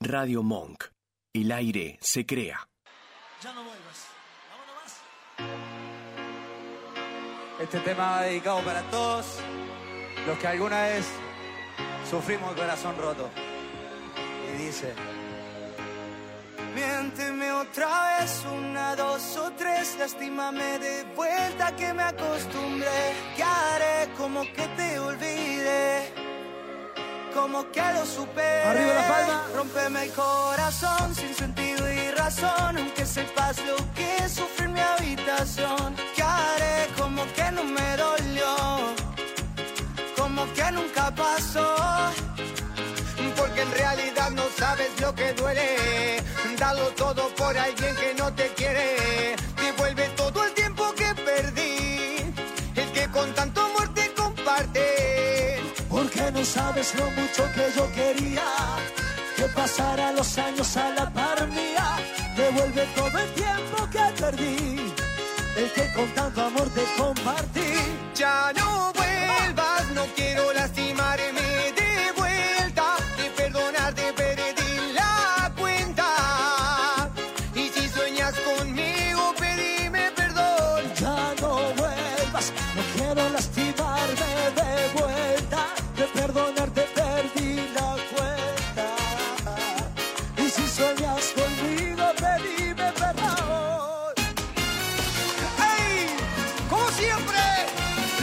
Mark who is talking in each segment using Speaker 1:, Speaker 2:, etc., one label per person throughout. Speaker 1: Radio Monk. El aire se crea.
Speaker 2: Ya no vuelvas. Vámonos más.
Speaker 3: Este tema va dedicado para todos los que alguna vez sufrimos el corazón roto. Y dice... Miénteme otra vez, una, dos o tres, lastímame de vuelta que me acostumbré. ¿Qué haré? Como que te olvide, como que lo supere.
Speaker 2: Arriba la palma.
Speaker 3: Rompeme el corazón sin sentido y razón, aunque sepas lo que sufre en mi habitación. ¿Qué haré? Como que no me dolió, como que nunca pasó porque en realidad no sabes lo que duele. Darlo todo por alguien que no te quiere. Devuelve todo el tiempo que perdí, el que con tanto amor te comparte.
Speaker 2: Porque no sabes lo mucho que yo quería que pasara los años a la par mía. Devuelve todo el tiempo que perdí, el que con tanto amor te compartí.
Speaker 3: Ya no vuelvas, no quiero lastimarme de vuelta. De perdonarte perdí la cuenta. Y si sueñas conmigo, pedime perdón.
Speaker 2: Ya no vuelvas, no quiero lastimarme de vuelta. De perdonarte perdí la cuenta. Y si sueñas conmigo, pedime perdón.
Speaker 3: ¡Ey! Como siempre,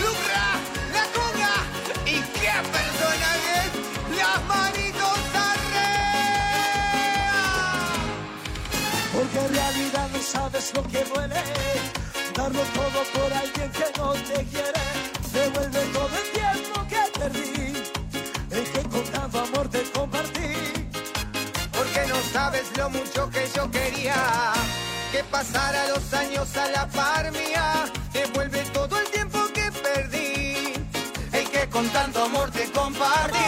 Speaker 3: lucra la conga y que persona bien las manitos arriba.
Speaker 2: Porque en realidad no sabes lo que duele. Darlo todo por alguien que no te quiere. Devuelve todo el tiempo que perdí. El que con tanto amor te compartí.
Speaker 3: Porque no sabes lo mucho que yo quería que pasara los años a la par mía. Devuelve todo el tiempo que perdí. El que con tanto amor te compartí.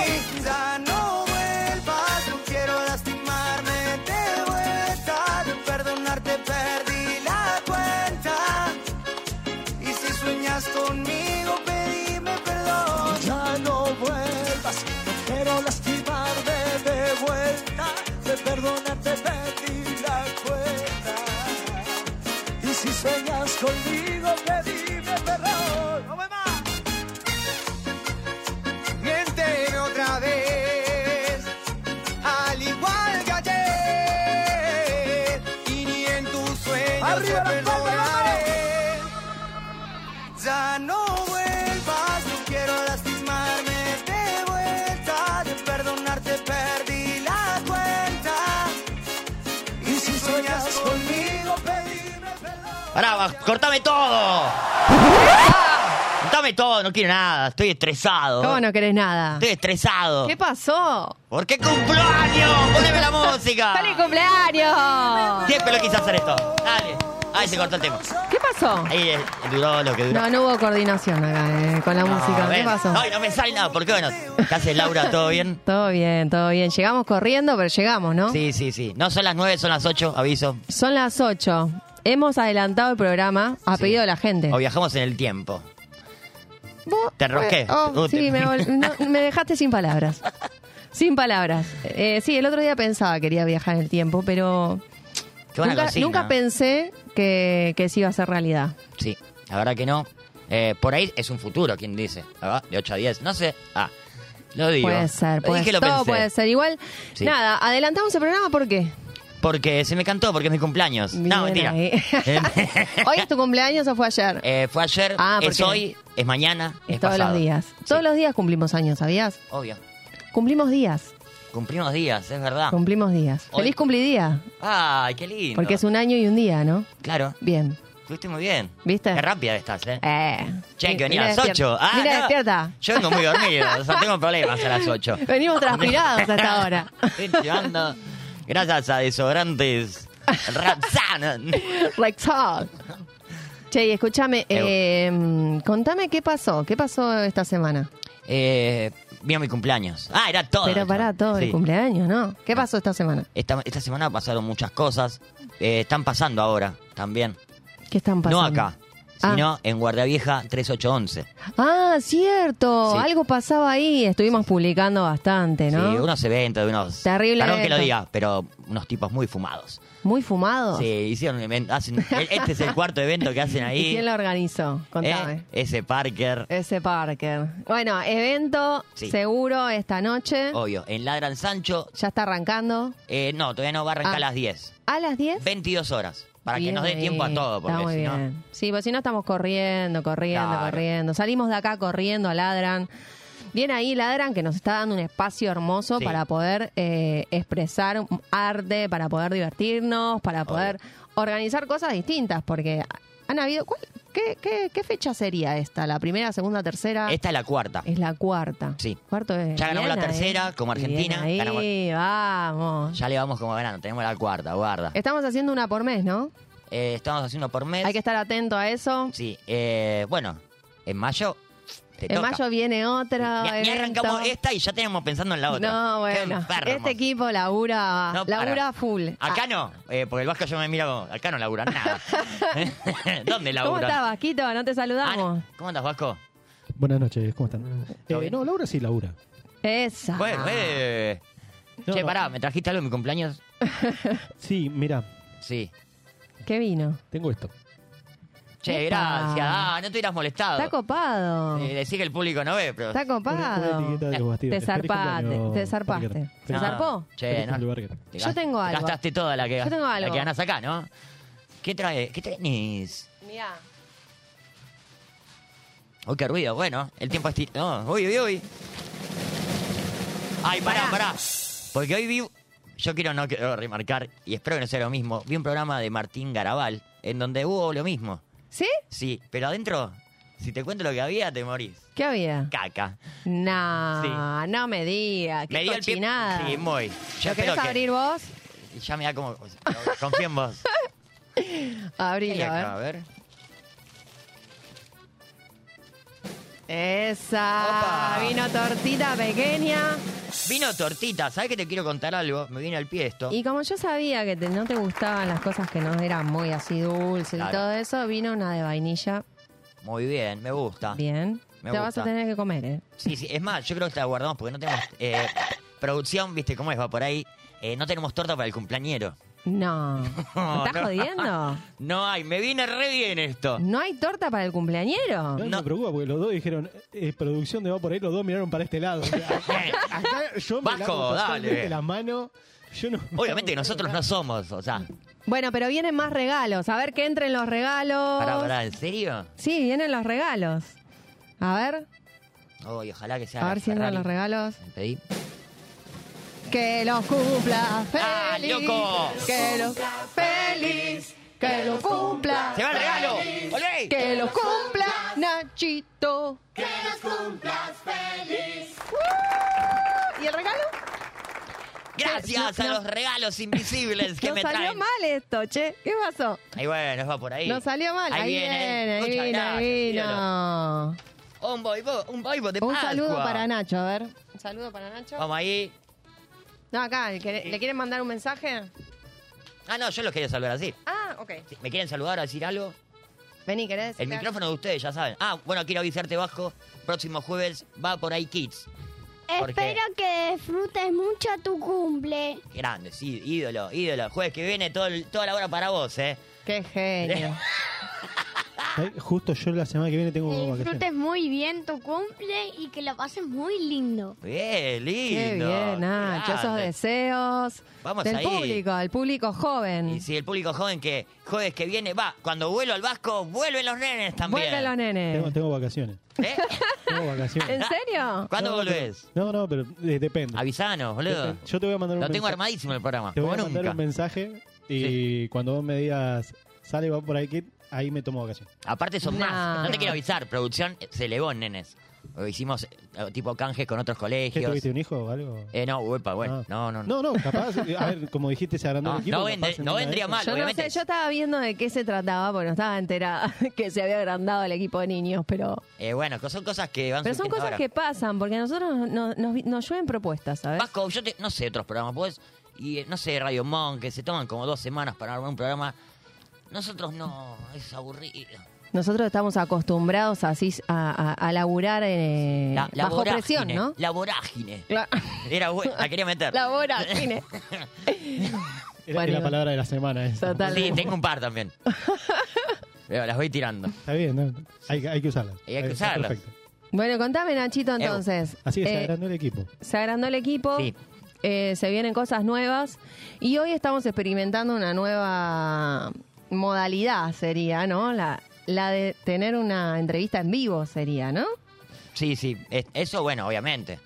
Speaker 3: Ya no vuelvas, no quiero lastimarme de vuelta. De perdonarte perdí la cuenta. Y si sueñas conmigo, pedime perdón.
Speaker 2: Ya no vuelvas, no quiero lastimarme de vuelta. De perdonarte perdí la cuenta. Y si sueñas conmigo, pedime perdón.
Speaker 3: ¡No me más! Miénteme otra vez, al igual que ayer, y ni en tus sueños te
Speaker 2: ¡Arriba las palmas,
Speaker 3: perdonaré. Ya no vuelvas, no quiero lastimarme de vuelta, de perdonarte perdí la cuenta.
Speaker 2: Y si sueñas conmigo, pedime perdón.
Speaker 4: Pará, va- cortame todo. Cortame todo, no quiero nada. Estoy estresado.
Speaker 5: ¿Cómo no querés nada?
Speaker 4: Estoy estresado.
Speaker 5: ¿Qué pasó?
Speaker 4: ¿Por qué cumpleaños? Poneme la música.
Speaker 5: ¡Feliz cumpleaños!
Speaker 4: Siempre lo quise hacer esto. Dale. Ahí se cortó el tema.
Speaker 5: ¿Qué pasó?
Speaker 4: Ahí eh, duró lo que duró.
Speaker 5: No, no hubo coordinación acá eh, con la música.
Speaker 4: No,
Speaker 5: ¿Qué
Speaker 4: ven.
Speaker 5: pasó?
Speaker 4: Ay, no me sale nada. ¿Por qué? Bueno, ¿qué haces, Laura? ¿Todo bien?
Speaker 5: Todo bien, todo bien. Llegamos corriendo, pero llegamos, ¿no?
Speaker 4: Sí, sí, sí. No son las nueve, son las ocho, aviso.
Speaker 5: Son las 8. Hemos adelantado el programa a
Speaker 4: Sí.
Speaker 5: pedido de la gente.
Speaker 4: O viajamos en el tiempo.
Speaker 5: Vos-
Speaker 4: Te rosqué.
Speaker 5: Oh, sí, me, vol- no, me dejaste sin palabras. Sin palabras. Eh, sí, el otro día pensaba que quería viajar en el tiempo, pero
Speaker 4: Qué buena
Speaker 5: nunca,
Speaker 4: cocina.
Speaker 5: nunca pensé que, que sí iba a ser realidad.
Speaker 4: Sí, la verdad que no. Eh, por ahí es un futuro, ¿quién dice? La verdad, De 8 a 10, no sé. Ah, lo digo.
Speaker 5: Puede
Speaker 4: Lo
Speaker 5: ser, puede
Speaker 4: dije,
Speaker 5: ser.
Speaker 4: lo
Speaker 5: Todo
Speaker 4: pensé.
Speaker 5: puede ser. Igual,
Speaker 4: Sí.
Speaker 5: nada, adelantamos el programa ¿por qué?
Speaker 4: Porque se me cantó, porque es mi cumpleaños. no,
Speaker 5: Bien
Speaker 4: mentira.
Speaker 5: ahí.
Speaker 4: Eh,
Speaker 5: ¿Hoy es tu cumpleaños o fue ayer?
Speaker 4: eh, fue ayer,
Speaker 5: Ah,
Speaker 4: es
Speaker 5: porque-
Speaker 4: hoy, es mañana, es,
Speaker 5: Es todos
Speaker 4: pasado.
Speaker 5: los días.
Speaker 4: Sí,
Speaker 5: Todos los días cumplimos años, ¿sabías?
Speaker 4: Obvio.
Speaker 5: Cumplimos días.
Speaker 4: Cumplimos días, es verdad.
Speaker 5: Cumplimos días.
Speaker 4: Ah. Hoy-
Speaker 5: Feliz cumplidía.
Speaker 4: Ay, qué lindo.
Speaker 5: Porque es un año y un día, ¿no?
Speaker 4: Claro,
Speaker 5: Bien.
Speaker 4: estuviste muy bien.
Speaker 5: ¿Viste?
Speaker 4: Qué rápida estás, ¿eh?
Speaker 5: Eh.
Speaker 4: Che, que venía
Speaker 5: Mira
Speaker 4: a las 8.
Speaker 5: despierta.
Speaker 4: Ah,
Speaker 5: Mira,
Speaker 4: no.
Speaker 5: despierta.
Speaker 4: Yo vengo muy dormido, o sea, tengo problemas a las 8.
Speaker 5: Venimos transpirados hasta ahora.
Speaker 4: Estoy llevando gracias a desodorantes Rapsan.
Speaker 5: Rexall. Che, y escúchame, eh, contame qué pasó, qué pasó esta semana.
Speaker 4: Eh, vino mi cumpleaños. Ah, era todo.
Speaker 5: Pero pará, todo
Speaker 4: Sí. Ah.
Speaker 5: el cumpleaños, ¿no? ¿Qué pasó esta semana?
Speaker 4: Esta, esta semana pasaron muchas cosas. Eh, están pasando ahora también.
Speaker 5: ¿Qué están pasando?
Speaker 4: No acá,
Speaker 5: Ah.
Speaker 4: sino en Guardiavieja 3811.
Speaker 5: Ah, cierto.
Speaker 4: Sí.
Speaker 5: Algo pasaba ahí. Estuvimos publicando bastante, ¿no?
Speaker 4: Sí, unos eventos de unos...
Speaker 5: Terrible
Speaker 4: Perdón que lo
Speaker 5: evento.
Speaker 4: diga, pero unos tipos muy fumados.
Speaker 5: Muy fumado.
Speaker 4: Sí, hicieron un evento, hacen, este es el cuarto evento que hacen ahí.
Speaker 5: ¿Y quién lo organizó?
Speaker 4: ¿eh?
Speaker 5: Contame.
Speaker 4: Ese Parker,
Speaker 5: Ese Parker. Bueno, evento
Speaker 4: Sí. Oh.
Speaker 5: seguro esta noche.
Speaker 4: obvio. En Ladran Sancho,
Speaker 5: Ya está arrancando.
Speaker 4: eh, no, todavía no va a arrancar
Speaker 5: Ah.
Speaker 4: a las 10.
Speaker 5: A las 10.
Speaker 4: 22 horas, para
Speaker 5: Bien
Speaker 4: que nos dé
Speaker 5: ahí.
Speaker 4: tiempo a todo,
Speaker 5: Está
Speaker 4: porque
Speaker 5: muy
Speaker 4: si no...
Speaker 5: bien. Sí, porque si no estamos corriendo, corriendo,
Speaker 4: Claro.
Speaker 5: corriendo. Salimos de acá corriendo, ladran. Bien ahí, ladran, que nos está dando un espacio hermoso
Speaker 4: Sí.
Speaker 5: para poder eh, expresar arte, para poder divertirnos, para poder organizar cosas distintas, porque han habido... ¿cuál- qué, qué- qué fecha sería esta? ¿La primera, segunda, tercera?
Speaker 4: Esta es la cuarta.
Speaker 5: Es la cuarta.
Speaker 4: Sí.
Speaker 5: Cuarto es
Speaker 4: Ya ganamos la
Speaker 5: bien ahí.
Speaker 4: tercera, como
Speaker 5: Bien
Speaker 4: Argentina,
Speaker 5: ahí,
Speaker 4: ganamos-
Speaker 5: vamos.
Speaker 4: Ya le vamos como ganando, tenemos la cuarta, guarda.
Speaker 5: Estamos haciendo una por mes, ¿no?
Speaker 4: Eh, estamos haciendo por mes.
Speaker 5: Hay que estar atento a eso.
Speaker 4: Sí, eh, bueno, en mayo te
Speaker 5: En
Speaker 4: toca.
Speaker 5: mayo viene
Speaker 4: Ya,
Speaker 5: otra.
Speaker 4: ya arrancamos esta y ya tenemos pensando en la otra.
Speaker 5: No,
Speaker 4: Qué
Speaker 5: bueno.
Speaker 4: enfermos.
Speaker 5: Este equipo labura,
Speaker 4: No para.
Speaker 5: labura full.
Speaker 4: Acá
Speaker 5: Ah,
Speaker 4: no, eh, porque el Vasco yo me mira como, acá no laburan nada. ¿Dónde laburan?
Speaker 5: Ah, ¿Cómo estás, Vasquito? No te
Speaker 4: Ah,
Speaker 5: saludamos.
Speaker 4: no. ¿Cómo andas, Vasco?
Speaker 6: Buenas noches, ¿cómo están?
Speaker 4: ¿Todo
Speaker 6: Eh,
Speaker 4: bien?
Speaker 6: no, Laura sí, Laura.
Speaker 5: Esa.
Speaker 4: Bueno, eh.
Speaker 6: No,
Speaker 4: che,
Speaker 6: no.
Speaker 4: pará, ¿me trajiste algo en mi cumpleaños?
Speaker 6: Sí, mira,
Speaker 4: Sí.
Speaker 5: ¿Qué vino?
Speaker 6: tengo esto.
Speaker 4: Che,
Speaker 5: Epa.
Speaker 4: gracias. Ah, no te hubieras molestado.
Speaker 5: Está copado.
Speaker 4: Eh, decí que el público no ve, pero.
Speaker 5: Está
Speaker 6: Una- una
Speaker 5: copado.
Speaker 6: etiqueta de los
Speaker 5: Eh, Te
Speaker 6: bastidores. Feliz
Speaker 5: zarpaste.
Speaker 6: cumpleaños,
Speaker 5: Te zarpaste. ¿Te
Speaker 6: Parker.
Speaker 4: No.
Speaker 6: Feliz-
Speaker 5: zarpó?
Speaker 4: Ah, Che,
Speaker 6: feliz
Speaker 4: no.
Speaker 6: cumpleaños, Parker.
Speaker 4: Te
Speaker 5: Yo
Speaker 4: gast-
Speaker 5: tengo
Speaker 4: te
Speaker 5: algo.
Speaker 4: Gastaste toda la que,
Speaker 5: Yo tengo
Speaker 4: La
Speaker 5: algo.
Speaker 4: que ganás acá, ¿no? ¿Qué trae? ¿Qué tenés?
Speaker 5: Mirá.
Speaker 4: Uy, qué ruido. Bueno, el tiempo es... ti- No, uy, uy, uy. Ay, pará, pará. Porque hoy vi... Yo quiero no quiero remarcar, y espero que no sea lo mismo, vi un programa de Martín Garabal, en donde hubo lo mismo.
Speaker 5: ¿Sí?
Speaker 4: Sí, pero adentro, si te cuento lo que había, te morís.
Speaker 5: ¿Qué había?
Speaker 4: Caca.
Speaker 5: No, no me digas. Qué
Speaker 4: Me dio el pie...
Speaker 5: cochinada.
Speaker 4: Sí, muy. Yo
Speaker 5: ¿Lo querés
Speaker 4: espero que...
Speaker 5: abrir vos?
Speaker 4: Ya me da como... Confío en vos.
Speaker 5: Abrilo,
Speaker 4: Acá,
Speaker 5: a
Speaker 4: a
Speaker 5: ver.
Speaker 4: ver.
Speaker 5: Esa.
Speaker 4: Opa.
Speaker 5: Vino tortita pequeña.
Speaker 4: Vino tortita. ¿Sabes que te quiero contar algo? Me viene al pie esto.
Speaker 5: Y como yo sabía que te- no te gustaban las cosas que no eran muy así dulces y
Speaker 4: Claro.
Speaker 5: todo eso, vino una de vainilla.
Speaker 4: Muy bien, me gusta.
Speaker 5: Bien.
Speaker 4: Ah, Me
Speaker 5: Te vas
Speaker 4: gusta.
Speaker 5: a tener que comer, ¿eh?
Speaker 4: Sí, sí, es más, yo creo que la guardamos porque no tenemos eh, producción, viste cómo es, va por ahí. Eh, no tenemos torta para el cumpleañero.
Speaker 5: No. ¿Me estás
Speaker 4: no.
Speaker 5: jodiendo?
Speaker 4: No hay, me viene re bien esto.
Speaker 5: ¿No hay torta para el cumpleañero?
Speaker 6: No,
Speaker 4: No.
Speaker 6: me preocupa porque los dos dijeron, eh, producción de va por ahí, los dos miraron para este lado. O sea, acá yo me
Speaker 4: Vasco,
Speaker 6: lavo totalmente
Speaker 4: dale.
Speaker 6: la mano. Yo no.
Speaker 4: Obviamente que nosotros no somos, o sea.
Speaker 5: Bueno, pero vienen más regalos. A ver que entren los regalos.
Speaker 4: Pará, pará, ¿en serio?
Speaker 5: Sí, vienen los regalos. A ver,
Speaker 4: Ay, ojalá que sea.
Speaker 5: a
Speaker 4: la
Speaker 5: ver si entran
Speaker 4: Ferrari.
Speaker 5: los regalos.
Speaker 4: Me pedí.
Speaker 5: Que los cumpla feliz.
Speaker 4: ¡Ah, loco!
Speaker 5: Que los feliz. Que los cumpla.
Speaker 4: ¡Se va el regalo! ¡Volvé!
Speaker 5: Que los cumpla Nachito. Que los cumplas feliz. ¿Y el regalo?
Speaker 4: Gracias
Speaker 5: No,
Speaker 4: a
Speaker 5: no.
Speaker 4: los regalos invisibles Pues que
Speaker 5: Nos
Speaker 4: me
Speaker 5: salió
Speaker 4: traen.
Speaker 5: mal esto, che. ¿Qué pasó?
Speaker 4: Ahí bueno, va por ahí.
Speaker 5: Nos salió mal. Ahí, viene, ahí
Speaker 4: Muchas
Speaker 5: viene,
Speaker 4: gracias,
Speaker 5: ahí
Speaker 4: ídolo.
Speaker 5: vino.
Speaker 4: Un boibo, un boibo de
Speaker 5: Un saludo
Speaker 4: Pascua.
Speaker 5: para Nacho, a ver. Un saludo para Nacho.
Speaker 4: Vamos ahí.
Speaker 5: No, acá, el que- ¿le quieren mandar un mensaje?
Speaker 4: Ah, no, yo los quería saludar así.
Speaker 5: Ah, ok.
Speaker 4: Sí, ¿Me quieren saludar o decir algo?
Speaker 5: Vení, ¿querés?
Speaker 4: El micrófono de ustedes, ya saben. Ah, bueno, quiero avisarte, Vasco. Próximo jueves va por ahí Kids. Porque-
Speaker 7: Espero que disfrutes mucho tu cumple.
Speaker 4: Grande, sí, ídolo, ídolo. Jueves que viene todo el- toda la hora para vos, ¿eh?
Speaker 5: Qué genio.
Speaker 6: Ay, Justo yo la semana Oh, que viene tengo
Speaker 7: Que
Speaker 6: vacaciones.
Speaker 7: disfrutes muy bien tu cumple y que lo pases muy lindo.
Speaker 4: Bien,
Speaker 5: Qué
Speaker 4: lindo.
Speaker 5: bien, Nacho. Esos
Speaker 4: Grande.
Speaker 5: deseos
Speaker 4: Vamos
Speaker 5: del
Speaker 4: ahí.
Speaker 5: público, del público joven.
Speaker 4: Y si el público joven que jueves que viene va, cuando vuelo al Vasco, vuelven los nenes también.
Speaker 5: Vuelve los nenes.
Speaker 6: Tengo, tengo vacaciones.
Speaker 4: ¿Eh?
Speaker 6: Tengo vacaciones.
Speaker 5: ¿En serio?
Speaker 4: ¿Cuándo
Speaker 6: No,
Speaker 4: volvés?
Speaker 6: No, no, pero eh, depende.
Speaker 4: Avisanos, boludo.
Speaker 6: Yo te voy a mandar un
Speaker 4: Lo tengo
Speaker 6: mensaje.
Speaker 4: armadísimo el programa,
Speaker 6: Te voy
Speaker 4: como
Speaker 6: a mandar
Speaker 4: nunca.
Speaker 6: un mensaje y cuando vos me digas sale va por ahí Kid, ahí me tomo vacaciones.
Speaker 4: Aparte son
Speaker 5: No.
Speaker 4: más. No te quiero avisar, producción se elevó, nenes. O Hicimos eh, tipo canjes con otros
Speaker 6: ¿Qué
Speaker 4: colegios.
Speaker 6: tuviste un hijo o algo?
Speaker 4: Eh, no, uepa, bueno.
Speaker 6: Ah.
Speaker 4: No, no, no.
Speaker 6: No, no, capaz, eh, a ver, como dijiste, se agrandó
Speaker 4: No,
Speaker 6: el equipo.
Speaker 4: no
Speaker 6: capaz
Speaker 4: vende-
Speaker 6: en
Speaker 4: no
Speaker 6: una de
Speaker 4: vendría
Speaker 6: esas-
Speaker 4: mal.
Speaker 5: Yo no
Speaker 4: obviamente
Speaker 5: sé,
Speaker 4: es-
Speaker 5: yo estaba viendo de qué se trataba, porque no estaba enterada que se había agrandado el equipo de niños, pero,
Speaker 4: Eh, bueno, co- son cosas que van
Speaker 5: pero son
Speaker 4: surgiendo
Speaker 5: cosas
Speaker 4: ahora.
Speaker 5: que pasan, porque a nosotros nos, nos- nos llueven propuestas, ¿sabes?
Speaker 4: Vasco, yo te- no sé otros programas, pues. Y eh, no sé, Radio Monk, que se toman como dos semanas para armar un programa. Nosotros no, es aburrido.
Speaker 5: Nosotros estamos acostumbrados así a, a- a laburar eh,
Speaker 4: La- la
Speaker 5: bajo
Speaker 4: vorágine,
Speaker 5: presión, ¿no?
Speaker 4: La vorágine.
Speaker 5: La,
Speaker 4: Era buena, la quería meter.
Speaker 5: la vorágine.
Speaker 6: Era-
Speaker 5: Bueno.
Speaker 6: era la palabra de la semana esa.
Speaker 5: Total.
Speaker 4: Sí, tengo un par también. Pero las voy tirando.
Speaker 6: Está bien, ¿no? hay, hay que usarlas.
Speaker 4: Y hay que
Speaker 6: Está
Speaker 4: usarlas.
Speaker 6: Perfecto.
Speaker 5: Bueno, contame, Nachito,
Speaker 4: Eu.
Speaker 5: entonces.
Speaker 6: Así que se
Speaker 5: Eh,
Speaker 6: agrandó el equipo.
Speaker 5: se agrandó el equipo.
Speaker 4: Sí.
Speaker 5: eh, se vienen cosas nuevas. Y hoy estamos experimentando una nueva modalidad, sería, ¿no? La, la de tener una entrevista en vivo, sería, ¿no?
Speaker 4: Sí, sí. es- eso, bueno, obviamente.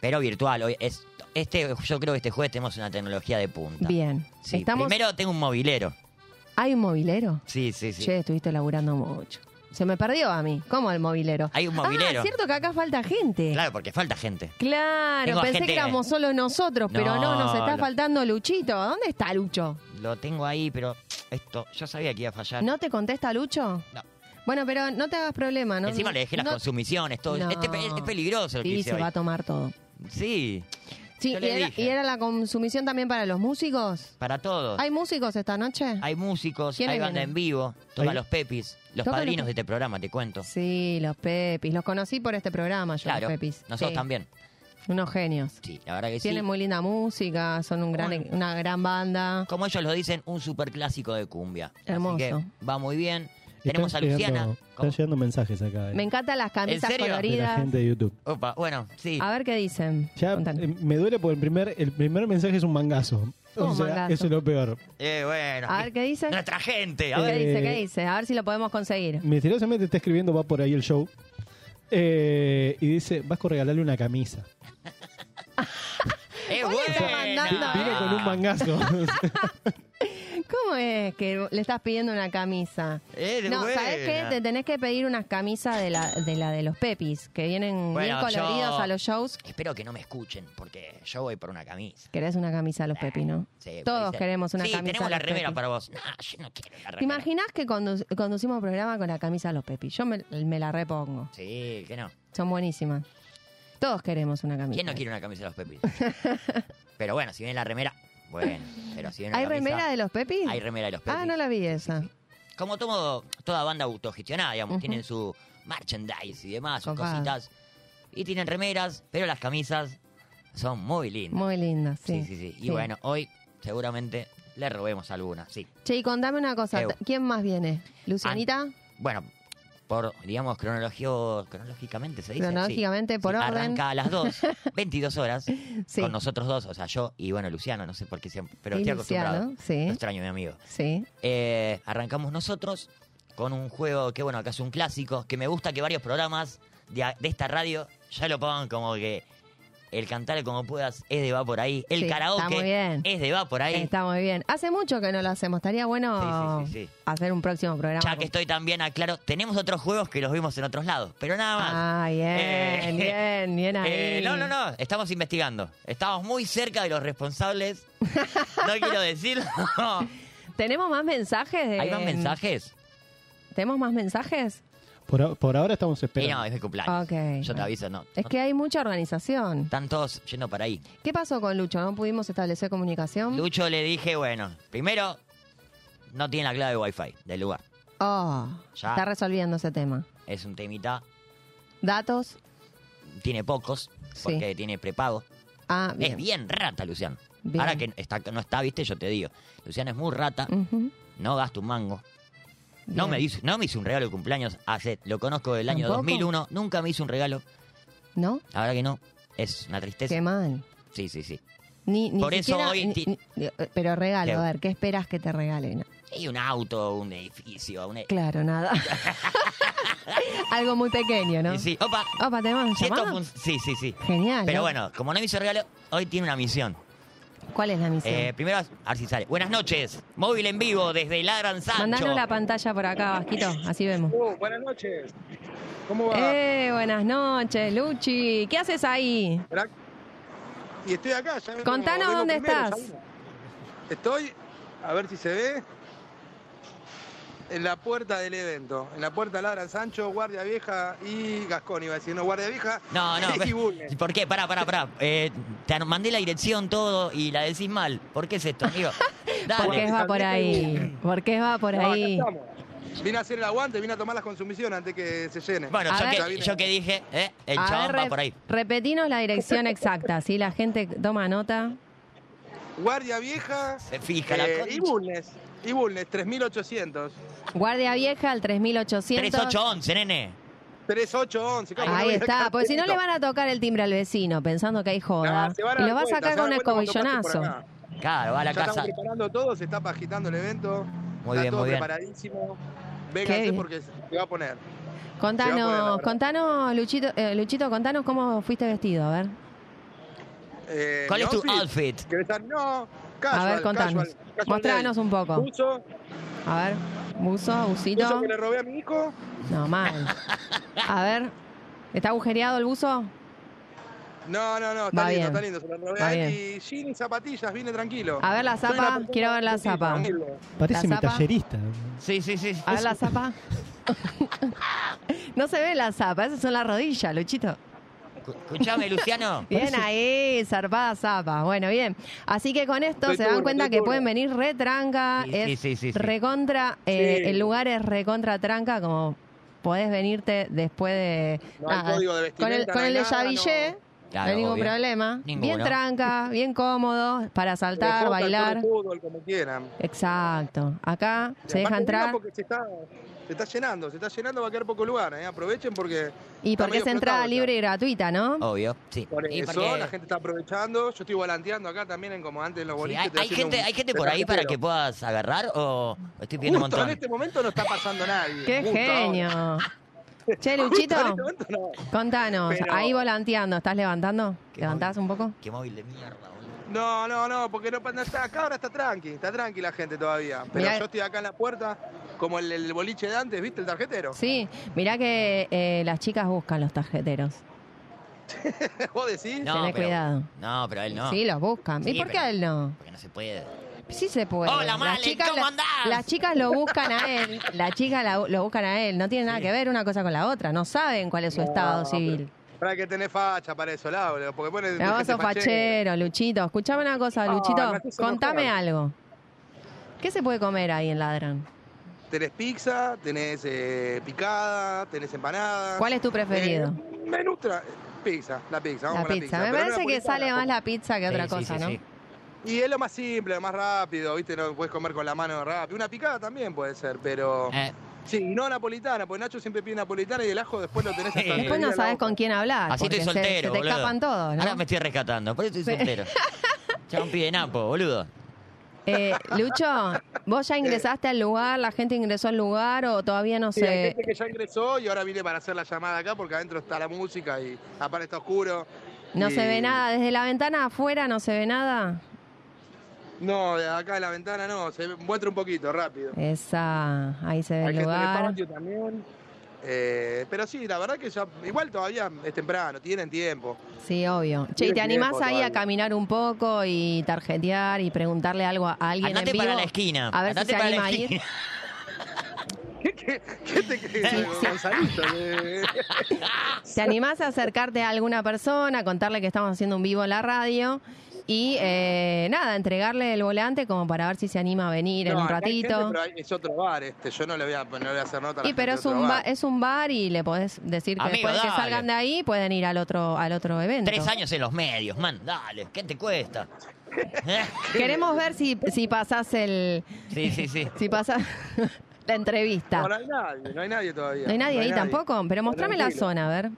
Speaker 4: Pero virtual. hoy Es, este, yo creo que este jueves tenemos una tecnología de punta.
Speaker 5: Bien.
Speaker 4: Sí,
Speaker 5: Estamos,
Speaker 4: Primero tengo un mobilero.
Speaker 5: ¿Hay un mobilero?
Speaker 4: Sí, sí, sí.
Speaker 5: Che, estuviste laburando mucho. Se me perdió a mí. ¿Cómo el mobilero?
Speaker 4: Hay un mobilero.
Speaker 5: Ah, cierto que acá falta gente.
Speaker 4: Claro, porque falta gente.
Speaker 5: Claro,
Speaker 4: Tengo
Speaker 5: pensé
Speaker 4: gente-
Speaker 5: que éramos solo nosotros, pero
Speaker 4: No,
Speaker 5: no, nos está
Speaker 4: no.
Speaker 5: faltando Luchito. ¿Dónde está Lucho?
Speaker 4: Lo tengo ahí, pero esto, yo sabía que iba a fallar.
Speaker 5: ¿No te contesta Lucho?
Speaker 4: No.
Speaker 5: Bueno, pero no te hagas problema, ¿no?
Speaker 4: Encima le dejé las
Speaker 5: no-
Speaker 4: consumiciones, todo.
Speaker 5: No.
Speaker 4: Este pe- es peligroso el que
Speaker 5: Sí,
Speaker 4: hice
Speaker 5: se
Speaker 4: hoy.
Speaker 5: va a tomar todo.
Speaker 4: Sí,
Speaker 5: Sí,
Speaker 4: Yo
Speaker 5: y
Speaker 4: le
Speaker 5: era,
Speaker 4: dije.
Speaker 5: y era la consumición también para los músicos?
Speaker 4: para todos. Hay,
Speaker 5: ¿Hay músicos esta noche?
Speaker 4: músicos,
Speaker 5: ¿Quiénes
Speaker 4: hay banda
Speaker 5: vienen?
Speaker 4: en vivo, toca
Speaker 6: Ahí.
Speaker 4: los Pepis, los
Speaker 5: Toca los
Speaker 4: padrinos
Speaker 5: Pe-
Speaker 4: de este programa, te cuento.
Speaker 5: Sí, los Pepis. Los conocí por este programa, yo,
Speaker 4: claro,
Speaker 5: los Pepis.
Speaker 4: nosotros
Speaker 5: Sí,
Speaker 4: también.
Speaker 5: Unos genios.
Speaker 4: Sí, la verdad que sí.
Speaker 5: Tienen muy linda música, son un gran,
Speaker 4: Bueno.
Speaker 5: una gran banda.
Speaker 4: Como ellos lo dicen, un superclásico de cumbia.
Speaker 5: Hermoso.
Speaker 4: Así que va muy bien. Tenemos a Luciana.
Speaker 6: Llegando, están
Speaker 4: ¿Cómo?
Speaker 6: llegando mensajes acá. eh,
Speaker 5: Me encantan las camisas
Speaker 4: serio?
Speaker 6: de la
Speaker 5: coloridas.
Speaker 6: gente de YouTube.
Speaker 4: Opa, bueno, sí.
Speaker 5: A ver qué dicen.
Speaker 6: Ya
Speaker 5: Contanos.
Speaker 6: eh, me duele porque el primer, el primer mensaje es un mangazo.
Speaker 5: ¿Cómo
Speaker 6: O sea,
Speaker 5: mangazo?
Speaker 6: eso es lo peor.
Speaker 4: Eh, bueno.
Speaker 5: A ver qué dice.
Speaker 4: Nuestra gente. A
Speaker 5: ¿Qué
Speaker 4: ver.
Speaker 6: Eh,
Speaker 5: dice? ¿Qué dice? A ver si lo podemos conseguir.
Speaker 6: Misteriosamente está escribiendo, va por ahí el show. Eh, y dice, vas a regalarle una camisa.
Speaker 4: Eh,
Speaker 5: ¿Vos le estás
Speaker 4: buena.
Speaker 5: mandando?
Speaker 6: Vino con un mangazo.
Speaker 5: ¿Cómo es que le estás pidiendo una camisa?
Speaker 4: Eh, de
Speaker 5: no, ¿sabes qué?
Speaker 4: buena.
Speaker 5: Te tenés que pedir unas camisas de la de, la de los Pepis, que vienen bien
Speaker 4: Bueno,
Speaker 5: coloridos
Speaker 4: yo-
Speaker 5: a los shows.
Speaker 4: Espero que no me escuchen, porque yo voy por una camisa.
Speaker 5: Querés una camisa de los Pepis, ¿no?
Speaker 4: Eh, Sí,
Speaker 5: Todos
Speaker 4: dice-
Speaker 5: queremos una
Speaker 4: sí,
Speaker 5: camisa.
Speaker 4: tenemos la
Speaker 5: de los
Speaker 4: remera
Speaker 5: Pepis.
Speaker 4: para vos. No, yo no quiero la remera.
Speaker 5: ¿Te imaginás que condu- conducimos un programa con la camisa de los Pepis? Yo me, me la repongo.
Speaker 4: Sí, que no.
Speaker 5: Son buenísimas. Todos queremos una camisa.
Speaker 4: ¿Quién no quiere una camisa de los Pepis? pero bueno, si viene la remera, bueno. Pero si viene
Speaker 5: ¿Hay
Speaker 4: la camisa,
Speaker 5: remera de los Pepis?
Speaker 4: Hay remera de los Pepis.
Speaker 5: Ah, no la vi esa.
Speaker 4: Como todo, toda banda autogestionada, digamos,
Speaker 5: Ujú.
Speaker 4: tienen su merchandise y demás, sus
Speaker 5: Copado.
Speaker 4: cositas. Y tienen remeras, pero las camisas son muy lindas.
Speaker 5: Muy linda, sí.
Speaker 4: sí, sí, sí. Y bueno, hoy seguramente le robemos alguna, sí.
Speaker 5: Che, y contame una cosa.
Speaker 4: Eu.
Speaker 5: ¿Quién más viene? ¿Lucianita?
Speaker 4: Bueno, por, digamos, cronologio, cronológicamente se dice. sí.
Speaker 5: Cronológicamente, por
Speaker 4: Sí,
Speaker 5: orden.
Speaker 4: Arranca a las 2, 22 horas,
Speaker 5: Sí.
Speaker 4: con nosotros dos, o sea, yo y bueno, Luciano, no sé por qué siempre, pero
Speaker 5: Y
Speaker 4: estoy acostumbrado.
Speaker 5: Luciano, sí.
Speaker 4: Lo extraño, mi amigo.
Speaker 5: Sí.
Speaker 4: Eh, arrancamos nosotros con un juego que, bueno, acá es un clásico, que me gusta que varios programas de, a- de esta radio ya lo pongan como que el cantar como puedas es de va por ahí, el
Speaker 5: Sí, está
Speaker 4: karaoke
Speaker 5: muy bien.
Speaker 4: es de va por ahí.
Speaker 5: Está muy bien. Hace mucho que no lo hacemos. Estaría bueno
Speaker 4: Sí, sí, sí, sí.
Speaker 5: hacer un próximo programa.
Speaker 4: Ya que estoy también aclaro, tenemos otros juegos que los vimos en otros lados, pero nada más.
Speaker 5: Ah, bien,
Speaker 4: Eh,
Speaker 5: bien, bien ahí.
Speaker 4: Eh, no, no, no, estamos investigando. Estamos muy cerca de los responsables. No quiero decirlo.
Speaker 5: ¿Tenemos más mensajes? de-
Speaker 4: ¿Hay más mensajes?
Speaker 5: ¿Tenemos más mensajes?
Speaker 6: por, a- por ahora
Speaker 4: Eh,
Speaker 6: estamos
Speaker 4: no,
Speaker 6: esperando.
Speaker 4: es mi cumpleaños.
Speaker 5: Ok.
Speaker 4: Yo te aviso, no.
Speaker 5: Es que hay mucha organización.
Speaker 4: Están todos yendo para ahí.
Speaker 5: ¿Qué pasó con Lucho? ¿No pudimos establecer comunicación?
Speaker 4: Lucho le dije, bueno, primero, no tiene la clave de Wi-Fi del lugar.
Speaker 5: Oh,
Speaker 4: Ya.
Speaker 5: está resolviendo ese tema.
Speaker 4: Es un temita,
Speaker 5: ¿Datos?
Speaker 4: tiene pocos,
Speaker 5: Sí.
Speaker 4: porque tiene prepago.
Speaker 5: Ah,
Speaker 4: Es
Speaker 5: bien.
Speaker 4: bien rata, Luciano.
Speaker 5: Bien.
Speaker 4: Ahora que está, no está, viste, yo te digo. Luciano es muy rata,
Speaker 5: Ujú,
Speaker 4: no gasta un mango. No
Speaker 5: Mm. bien.
Speaker 4: me, hizo, no me hizo un regalo de cumpleaños hace, lo conozco del año
Speaker 5: ¿Tampoco?
Speaker 4: 2001, nunca me hizo un regalo.
Speaker 5: ¿No?
Speaker 4: La verdad que no. Es una tristeza.
Speaker 5: Qué mal.
Speaker 4: Sí, sí, sí.
Speaker 5: Ni, ni
Speaker 4: Por eso
Speaker 5: siquiera-
Speaker 4: hoy
Speaker 5: ni-
Speaker 4: ti-
Speaker 5: ni- pero regalo,
Speaker 4: ¿Qué?
Speaker 5: a ver, ¿qué esperas que te regalen?
Speaker 4: Y un auto, un edificio, un... e-,
Speaker 5: Claro, nada. Algo muy pequeño, ¿no?
Speaker 4: Y sí, opa.
Speaker 5: Opa, ¿tenemos
Speaker 4: si esto
Speaker 5: llamada?
Speaker 4: fun- sí, sí, sí.
Speaker 5: Genial.
Speaker 4: Pero
Speaker 5: ¿no?
Speaker 4: bueno, como no me hizo regalo, hoy tiene una misión.
Speaker 5: ¿Cuál es la misión?
Speaker 4: Eh, primero, a ver si sale. Buenas noches. Móvil en vivo desde la Gran Sancho.
Speaker 5: Mandanos la pantalla por acá, Vasquito, así vemos.
Speaker 8: Uh, buenas noches. ¿Cómo va?
Speaker 5: Eh, buenas noches, Luchi. ¿Qué haces ahí?
Speaker 8: Esperá. Y estoy acá. ya vengo-
Speaker 5: Contanos
Speaker 8: vengo
Speaker 5: dónde
Speaker 8: primero,
Speaker 5: estás.
Speaker 8: Sabina. Estoy, a ver si se ve, en la puerta del evento. En la puerta Ladra Sancho, Guardia Vieja y Gascón, iba a decir. No, Guardia Vieja
Speaker 4: No, no.
Speaker 8: y
Speaker 4: ve-
Speaker 8: Bulnes.
Speaker 4: ¿Por qué? Pará, pará, pará. Eh, te mandé la dirección, todo, y la decís mal. ¿Por qué es esto, amigo? Dale.
Speaker 5: ¿Por qué va por ahí? ¿Por qué va por
Speaker 8: No, acá
Speaker 5: ahí?
Speaker 8: estamos.
Speaker 9: Vine a hacer el aguante, vine a tomar las consumiciones antes que se llene.
Speaker 4: Bueno,
Speaker 5: A
Speaker 4: yo
Speaker 5: ver.
Speaker 4: que, yo que dije, ¿eh? el
Speaker 5: A
Speaker 4: chabón
Speaker 5: ver,
Speaker 4: va
Speaker 5: rep-
Speaker 4: por ahí.
Speaker 5: Repetinos la dirección exacta, si la gente toma nota.
Speaker 9: Guardia Vieja
Speaker 4: Se fija la
Speaker 9: eh,
Speaker 4: concha.
Speaker 9: y Bulnes. Y Bulnes, 3800.
Speaker 5: Guardia Vieja al 3800.
Speaker 4: 3811, nene.
Speaker 9: 3811. ¿cómo no
Speaker 5: Ahí
Speaker 9: voy a
Speaker 5: está,
Speaker 9: dejar
Speaker 5: porque si no
Speaker 9: esto?
Speaker 5: le van a tocar el timbre al vecino pensando que hay joda.
Speaker 9: Nah, se van
Speaker 5: y
Speaker 9: dar
Speaker 5: lo va a
Speaker 9: cuenta,
Speaker 5: sacar
Speaker 9: se
Speaker 5: con un
Speaker 9: van a dar cuenta cuando pasen por
Speaker 5: escobillonazo.
Speaker 9: acá.
Speaker 4: Claro, va a la
Speaker 9: ya
Speaker 4: casa.
Speaker 9: estamos preparando todo, se está agitando el evento.
Speaker 4: Muy
Speaker 9: está
Speaker 4: bien,
Speaker 9: todo
Speaker 4: muy bien.
Speaker 9: preparadísimo.
Speaker 5: Qué
Speaker 9: Vénganse
Speaker 5: bien.
Speaker 9: porque se va a poner. Se va a poner, la
Speaker 5: Contanos,
Speaker 9: verdad.
Speaker 5: contanos, Luchito, eh, Luchito, contanos cómo fuiste vestido, a ver.
Speaker 9: Eh,
Speaker 4: ¿Cuál
Speaker 9: mi
Speaker 4: es tu outfit?
Speaker 9: ¿Querés estar? No, casual,
Speaker 5: a ver, contanos.
Speaker 9: casual, casual
Speaker 5: Mostranos
Speaker 9: day.
Speaker 5: un poco.
Speaker 9: Buzo,
Speaker 5: A ver, buzo,
Speaker 9: buzo
Speaker 5: busito.
Speaker 9: que le robé a mi hijo.
Speaker 5: No, mal. A ver, ¿está agujereado el buzo?
Speaker 9: No, no, no, está
Speaker 5: Va
Speaker 9: lindo,
Speaker 5: bien.
Speaker 9: está lindo. Se lo robé
Speaker 5: Va
Speaker 9: a él.
Speaker 5: bien.
Speaker 9: Y jean y zapatillas, vine tranquilo.
Speaker 5: A ver la
Speaker 9: Soy una
Speaker 5: zapa,
Speaker 9: persona
Speaker 5: quiero ver la
Speaker 9: sencilla,
Speaker 5: zapa.
Speaker 9: humilde.
Speaker 6: Parece mi
Speaker 5: ¿La zapa?
Speaker 6: tallerista.
Speaker 4: Sí, sí, sí.
Speaker 5: A ver la zapa. No se ve la zapa, esas son las rodillas, Luchito.
Speaker 4: Escuchame, Luciano.
Speaker 5: Bien ahí, zarpada zapa. Bueno, bien. Así que con esto
Speaker 9: Estoy
Speaker 5: se dan
Speaker 9: duro,
Speaker 5: cuenta
Speaker 9: estoy
Speaker 5: que
Speaker 9: duro.
Speaker 5: pueden venir retranca.
Speaker 4: Sí,
Speaker 5: es
Speaker 4: sí, sí, sí, sí.
Speaker 5: recontra, eh,
Speaker 9: Sí.
Speaker 5: el lugar es recontra tranca, como podés venirte después de.
Speaker 9: No hay código de
Speaker 5: con el,
Speaker 9: vestimenta,
Speaker 5: con
Speaker 9: no
Speaker 5: el
Speaker 9: hay
Speaker 5: de
Speaker 9: nada,
Speaker 5: Yavillé,
Speaker 9: no.
Speaker 4: Claro,
Speaker 5: no hay ningún
Speaker 4: Ah, obvio.
Speaker 5: problema. Bien
Speaker 4: Ninguno.
Speaker 5: tranca, bien cómodo, para
Speaker 9: Le
Speaker 5: saltar,
Speaker 9: gusta el
Speaker 5: bailar.
Speaker 9: Fútbol, como quieran.
Speaker 5: Exacto. Acá
Speaker 9: Y
Speaker 5: se deja
Speaker 9: aparte,
Speaker 5: entrar.
Speaker 9: vengan Porque se está, se está llenando, se está llenando, va a quedar poco lugar. ¿eh? Aprovechen porque.
Speaker 5: Y
Speaker 9: está
Speaker 5: porque es
Speaker 9: medio
Speaker 5: entrada
Speaker 9: explotado ya.
Speaker 5: libre y gratuita, ¿no?
Speaker 4: Obvio, sí.
Speaker 9: Por
Speaker 4: Y
Speaker 9: eso
Speaker 4: porque-
Speaker 9: la gente está aprovechando. Yo estoy volanteando acá también, en como antes en los
Speaker 4: sí,
Speaker 9: boliches.
Speaker 4: hay,
Speaker 9: estoy
Speaker 4: hay
Speaker 9: haciendo
Speaker 4: gente,
Speaker 9: un-
Speaker 4: hay gente
Speaker 9: de
Speaker 4: por ahí para que
Speaker 9: carretero.
Speaker 4: puedas agarrar o estoy pidiendo un
Speaker 9: Justo en
Speaker 4: montón.
Speaker 9: este momento no está pasando nadie.
Speaker 5: ¡Qué
Speaker 9: Justo ahora.
Speaker 5: genio! Che,
Speaker 9: Justo en
Speaker 5: Luchito,
Speaker 9: este momento no.
Speaker 5: contanos.
Speaker 9: Pero-
Speaker 5: Ahí volanteando, ¿estás levantando?
Speaker 4: Qué
Speaker 5: ¿Levantás
Speaker 4: móvil.
Speaker 5: un poco?
Speaker 4: Qué móvil de mierda, boludo.
Speaker 9: No, no, no, porque no, no está, acá ahora está tranqui, está tranqui la gente todavía. Pero
Speaker 5: Mirá-
Speaker 9: yo estoy acá en la puerta, como el, el boliche de antes, ¿viste? El tarjetero.
Speaker 5: Sí, mirá que eh, las chicas buscan los tarjeteros.
Speaker 9: ¿Vos decís?
Speaker 4: No,
Speaker 5: Tené
Speaker 4: pero-
Speaker 5: cuidado.
Speaker 4: No, pero él no.
Speaker 5: Sí, los buscan. ¿Y
Speaker 4: Sí,
Speaker 5: por qué
Speaker 4: pero-
Speaker 5: a él no?
Speaker 4: Porque no se puede.
Speaker 5: Sí se puede.
Speaker 4: Hola,
Speaker 5: Las
Speaker 4: Male, ¿cómo
Speaker 5: la-
Speaker 4: andás?
Speaker 5: Las chicas lo buscan a él. Las chicas la- lo buscan a él. No tiene nada que ver una cosa con la otra. No saben cuál es su estado civil.
Speaker 9: Para que tenés facha para eso, Laura. Porque pones.
Speaker 5: Pero vos
Speaker 9: gente
Speaker 5: sos fachero, Luchito. Escuchame una cosa,
Speaker 9: Ah,
Speaker 5: Luchito.
Speaker 9: me haces enojar.
Speaker 5: Contame algo. ¿Qué se puede comer ahí en Ladran?
Speaker 9: Tenés pizza, tenés eh, picada, tenés empanada. Eh,
Speaker 5: ¿Cuál es tu preferido?
Speaker 9: me nutra. Pizza, la pizza. Vamos
Speaker 5: La
Speaker 9: con
Speaker 5: Eh, pizza.
Speaker 9: la pizza.
Speaker 5: Me
Speaker 9: pero
Speaker 5: parece que
Speaker 9: napolitana,
Speaker 5: sale más
Speaker 9: porque-
Speaker 5: la pizza que
Speaker 4: Sí,
Speaker 5: otra
Speaker 4: sí,
Speaker 5: cosa,
Speaker 4: sí,
Speaker 5: ¿no?
Speaker 4: sí.
Speaker 9: Y es lo más simple, lo más rápido, ¿viste? No puedes comer con la mano rápido. Una picada también puede ser, pero.
Speaker 4: Eh,
Speaker 9: Sí, y no napolitana, porque Nacho siempre pide napolitana y el ajo después lo tenés hasta
Speaker 5: Después no sabes con quién hablar.
Speaker 4: así estoy
Speaker 5: porque se- Se,
Speaker 4: soltero,
Speaker 5: te
Speaker 4: boludo.
Speaker 5: escapan todos, ¿no?
Speaker 4: Ahora me estoy rescatando, por eso estoy soltero. Chabón pide napo, boludo.
Speaker 5: Eh, Lucho, ¿vos
Speaker 9: Eh.
Speaker 5: ya ingresaste al lugar? ¿La gente ingresó al lugar o todavía no
Speaker 9: Sí, hay
Speaker 5: se...?
Speaker 9: gente que ya ingresó y ahora viene para hacer la llamada acá porque adentro está la música y aparte está oscuro.
Speaker 5: No
Speaker 9: Y-
Speaker 5: se ve nada, desde la ventana afuera no se ve nada.
Speaker 9: No, de acá de la ventana no, se muestra un poquito rápido.
Speaker 5: Esa, ahí se ve
Speaker 9: Hay
Speaker 5: el
Speaker 9: gente en el
Speaker 5: lugar.
Speaker 9: patio también. Eh, pero sí, la verdad que ya, igual todavía es temprano, tienen tiempo.
Speaker 5: Sí, obvio. Che, ¿y
Speaker 9: Tiene
Speaker 5: te animás
Speaker 9: tiempo
Speaker 5: ahí a
Speaker 9: todavía.
Speaker 5: caminar un poco y tarjetear y preguntarle algo a alguien
Speaker 4: Andate
Speaker 5: en vivo?
Speaker 4: para la esquina.
Speaker 5: A ver
Speaker 4: Andate
Speaker 5: si se
Speaker 4: para
Speaker 5: anima
Speaker 4: la
Speaker 5: a ir.
Speaker 4: esquina.
Speaker 9: ¿Qué, qué, qué te qué, Gonzalito? eh.
Speaker 5: ¿Te animás a acercarte a alguna persona, contarle que estamos haciendo un vivo en la radio y eh, nada, entregarle el volante como para ver si se anima a venir en
Speaker 9: No,
Speaker 5: un
Speaker 9: acá hay gente,
Speaker 5: ratito?
Speaker 9: pero hay- es otro bar este, yo no le voy a, no le voy a hacer nota a la
Speaker 5: Y pero
Speaker 9: gente de
Speaker 5: es
Speaker 9: otro
Speaker 5: un, ba- es un bar y le podés decir que
Speaker 4: Amigo,
Speaker 5: después de que
Speaker 4: dale.
Speaker 5: salgan de ahí pueden ir al otro al otro evento.
Speaker 4: Tres años en los medios, man. Dale, ¿qué te cuesta? ¿Eh?
Speaker 5: Queremos ver si, si pasás el...
Speaker 4: Sí, sí, sí.
Speaker 5: Si pasás la entrevista.
Speaker 9: No, no hay nadie, no hay nadie todavía.
Speaker 5: No hay nadie ahí tampoco, pero mostrame la
Speaker 9: Tranquilo.
Speaker 5: zona, a ver.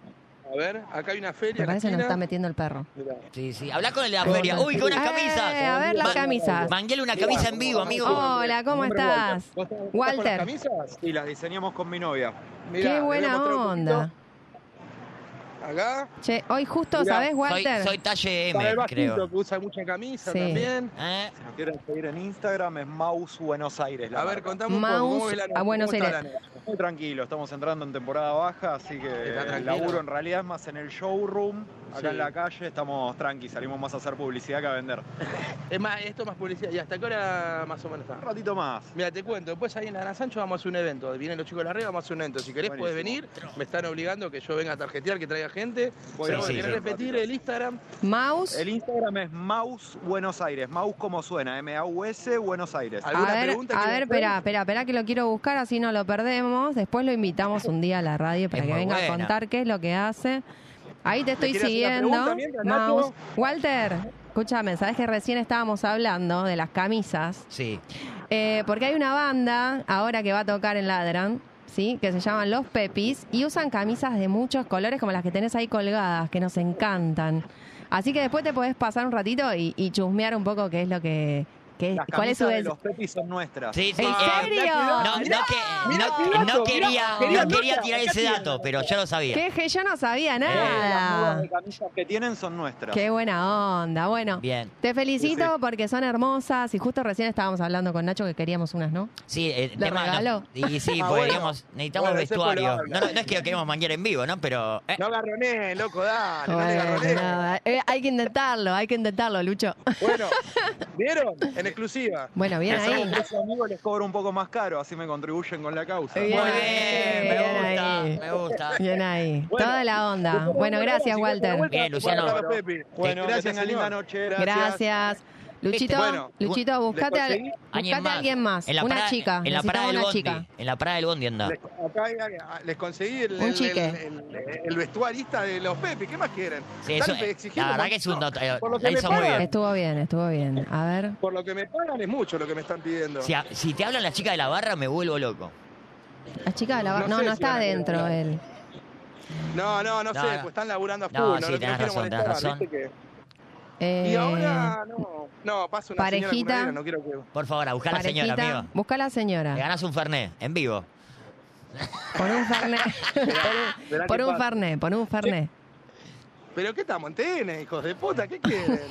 Speaker 9: A ver, acá hay una feria.
Speaker 5: Me
Speaker 9: en la
Speaker 5: parece que nos está
Speaker 9: esquina.
Speaker 5: metiendo el perro.
Speaker 9: Mirá.
Speaker 4: Sí, sí. Hablá con el de la feria. Uy, con unas
Speaker 5: Eh,
Speaker 4: camisas.
Speaker 5: a ver las
Speaker 4: Ma-
Speaker 5: camisas. Oh,
Speaker 4: Mangueale una camisa en vivo, amigo.
Speaker 5: Hola, ¿cómo
Speaker 8: Hombre,
Speaker 5: estás?
Speaker 8: ¿Vos estás- estás con las
Speaker 5: Walter,
Speaker 8: camisas? Y las diseñamos con mi novia.
Speaker 9: Mirá,
Speaker 5: qué
Speaker 9: le voy a
Speaker 5: buena
Speaker 9: mostrar un
Speaker 5: onda.
Speaker 9: poquito Acá.
Speaker 5: Che, hoy justo,
Speaker 9: Mirá,
Speaker 5: ¿sabés,
Speaker 4: Soy,
Speaker 5: Walter?
Speaker 4: soy talle
Speaker 9: Para el
Speaker 4: M,
Speaker 9: bajito,
Speaker 4: creo.
Speaker 9: que usa mucha camisa
Speaker 5: Sí.
Speaker 9: también.
Speaker 4: ¿Eh?
Speaker 8: Si nos quieren seguir en Instagram es Maus Buenos Aires. la
Speaker 9: A ver,
Speaker 8: marca.
Speaker 9: contame un poco.
Speaker 5: Mouse Ah,
Speaker 9: ¿cómo es la
Speaker 5: a
Speaker 9: noche? ¿Cómo
Speaker 5: Buenos
Speaker 9: está
Speaker 5: Aires.
Speaker 9: la noche?
Speaker 8: Muy tranquilo, estamos entrando en temporada baja, así que
Speaker 9: Está
Speaker 8: el
Speaker 9: tranquilo.
Speaker 8: laburo en realidad es más en el showroom. Acá en la calle estamos tranqui, salimos más a hacer publicidad que a vender.
Speaker 9: Es más, esto más publicidad. ¿Y hasta qué hora más o menos está?
Speaker 8: Un ratito más.
Speaker 9: Mira, te cuento, después ahí en la Gran Sancho vamos a hacer un evento. Vienen los chicos de la red, vamos a hacer un evento. Si querés podés
Speaker 8: Buenísimo.
Speaker 9: venir, me están obligando que yo venga a tarjetear, que traiga gente.
Speaker 8: Voy
Speaker 9: Pero
Speaker 8: a
Speaker 9: bueno,
Speaker 8: ir,
Speaker 9: ¿querés
Speaker 8: sí.
Speaker 9: repetir el Instagram?
Speaker 5: Mouse.
Speaker 8: El Instagram es Maus Buenos Aires. Maus como suena, M-A-U-S Buenos Aires.
Speaker 5: A ver, a ver, espera, espera, espera que lo quiero buscar, así no lo perdemos. Después lo invitamos un día a la radio para
Speaker 4: Es
Speaker 5: que
Speaker 4: muy
Speaker 5: venga a
Speaker 4: buena.
Speaker 5: contar qué es lo que hace. Ahí te estoy
Speaker 9: quiere hacer una
Speaker 5: siguiendo,
Speaker 9: pregunta mientras, Nacho?
Speaker 5: Mouse. Walter, escúchame, sabes que recién estábamos hablando de las camisas,
Speaker 4: Sí.
Speaker 5: Eh, porque hay una banda ahora que va a tocar en Ladran, ¿sí? Que se llaman Los Pepis y usan camisas de muchos colores como las que tenés ahí colgadas, que nos encantan. Así que después te podés pasar un ratito y, y chusmear un poco qué es lo que... qué-
Speaker 8: Las
Speaker 5: ¿Cuál es su
Speaker 8: camisas de
Speaker 5: des-
Speaker 8: los Pepis son nuestras.
Speaker 4: Sí, sí.
Speaker 5: ¿En
Speaker 4: eh,
Speaker 5: serio?
Speaker 4: No, no,
Speaker 5: Ah, Mirá,
Speaker 4: que-
Speaker 5: mirá
Speaker 4: no-
Speaker 5: qué
Speaker 4: no
Speaker 5: dato,
Speaker 4: quería,
Speaker 9: mirá,
Speaker 4: no quería
Speaker 9: mirá,
Speaker 4: tirar
Speaker 9: mirá
Speaker 4: ese
Speaker 9: tiene.
Speaker 4: dato, pero yo lo sabía.
Speaker 5: ¿Qué? Que yo no sabía
Speaker 4: Eh,
Speaker 8: Las mudas
Speaker 5: nada.
Speaker 8: de camisas que tienen son nuestras.
Speaker 5: Qué buena onda. Bueno,
Speaker 4: Bien.
Speaker 5: te felicito
Speaker 8: Sí,
Speaker 5: porque son hermosas y justo recién estábamos hablando con Nacho que queríamos unas, ¿no?
Speaker 4: Sí, el
Speaker 5: ¿Le
Speaker 4: tema. no-
Speaker 5: regaló?
Speaker 4: y sí,
Speaker 9: Ah,
Speaker 4: porque,
Speaker 9: bueno.
Speaker 4: digamos, necesitamos
Speaker 9: Bueno, ese fue
Speaker 4: vestuario.
Speaker 9: lo
Speaker 4: No, no, no es que lo queremos manguear en vivo, ¿no? Pero. eh,
Speaker 9: No garroné, loco, dale, no le
Speaker 5: Bueno,
Speaker 9: garroné.
Speaker 5: nada. Eh, hay que intentarlo, hay que intentarlo, Lucho.
Speaker 9: Bueno, ¿vieron? En exclusiva.
Speaker 5: Bueno, bien
Speaker 8: Les hago
Speaker 5: ahí.
Speaker 8: precio amigo, les cobro un poco más caro, así me contribuyen con la causa.
Speaker 5: Bien
Speaker 4: muy
Speaker 5: ahí,
Speaker 4: bien, me
Speaker 5: bien
Speaker 4: gusta,
Speaker 5: ahí.
Speaker 4: me gusta.
Speaker 5: Bien ahí.
Speaker 9: Bueno,
Speaker 5: Toda la onda.
Speaker 9: Después
Speaker 5: Bueno,
Speaker 9: de la
Speaker 5: gracias,
Speaker 9: vuelta,
Speaker 5: Walter.
Speaker 4: Bien, Luciano.
Speaker 9: Bueno, Pepe.
Speaker 8: Bueno,
Speaker 9: gracias,
Speaker 8: gracias, tengan
Speaker 9: señor.
Speaker 8: linda noche.
Speaker 5: Gracias.
Speaker 4: Este,
Speaker 5: Luchito,
Speaker 9: Bueno,
Speaker 5: Luchito, buscate, al-
Speaker 8: conseguí?
Speaker 5: buscate a alguien más.
Speaker 4: En la
Speaker 5: Una
Speaker 4: parada-
Speaker 5: chica.
Speaker 4: En la parada
Speaker 5: Necesitamos
Speaker 4: del
Speaker 5: una
Speaker 4: bondi.
Speaker 5: chica.
Speaker 4: En la parada del bondi anda.
Speaker 9: Les, acá hay-
Speaker 8: ah,
Speaker 9: hay- les conseguí el,
Speaker 5: Un
Speaker 9: el-
Speaker 5: chique.
Speaker 9: el- el- el vestuarista de los Pepe. ¿Qué más quieren?
Speaker 4: Sí,
Speaker 9: Están
Speaker 4: eso- eh,
Speaker 9: exigiendo
Speaker 4: la verdad
Speaker 9: un
Speaker 4: que es un
Speaker 9: montón.
Speaker 4: dato, eh,
Speaker 9: Por lo
Speaker 4: la
Speaker 9: que me
Speaker 4: hizo muy
Speaker 9: pagan-
Speaker 4: bien.
Speaker 5: Estuvo bien, estuvo bien. A ver.
Speaker 9: Por lo que me pagan es mucho lo que me están pidiendo.
Speaker 4: Si, a- si te hablan las chicas de la barra, me vuelvo loco.
Speaker 5: La chica de la
Speaker 9: No
Speaker 5: bar- No, no,
Speaker 9: sé si
Speaker 5: está
Speaker 9: van a querer
Speaker 5: adentro
Speaker 9: hablar.
Speaker 5: él.
Speaker 9: No, no, no,
Speaker 4: No,
Speaker 9: sé,
Speaker 4: no.
Speaker 9: pues están laburando a full.
Speaker 4: No,
Speaker 9: No,
Speaker 4: sí,
Speaker 9: no
Speaker 4: tenés
Speaker 9: quiero
Speaker 4: razón, tenés
Speaker 9: molestar,
Speaker 4: razón.
Speaker 9: ¿viste que-
Speaker 5: Eh,
Speaker 9: Y ahora, no, no, pasa una señora
Speaker 5: Parejita.
Speaker 9: cumbranera, no quiero que...
Speaker 4: Por favor, a buscar a la señora,
Speaker 5: parejita,
Speaker 4: amigo.
Speaker 5: busca a la
Speaker 4: Te
Speaker 5: señora.
Speaker 4: ganás un Fernet, en vivo.
Speaker 5: Pon un fernet.
Speaker 9: verá
Speaker 5: pon
Speaker 9: qué
Speaker 5: un
Speaker 9: pasa.
Speaker 5: fernet, pon un fernet.
Speaker 9: Pero qué estamos en TN, hijos de puta, ¿qué quieren?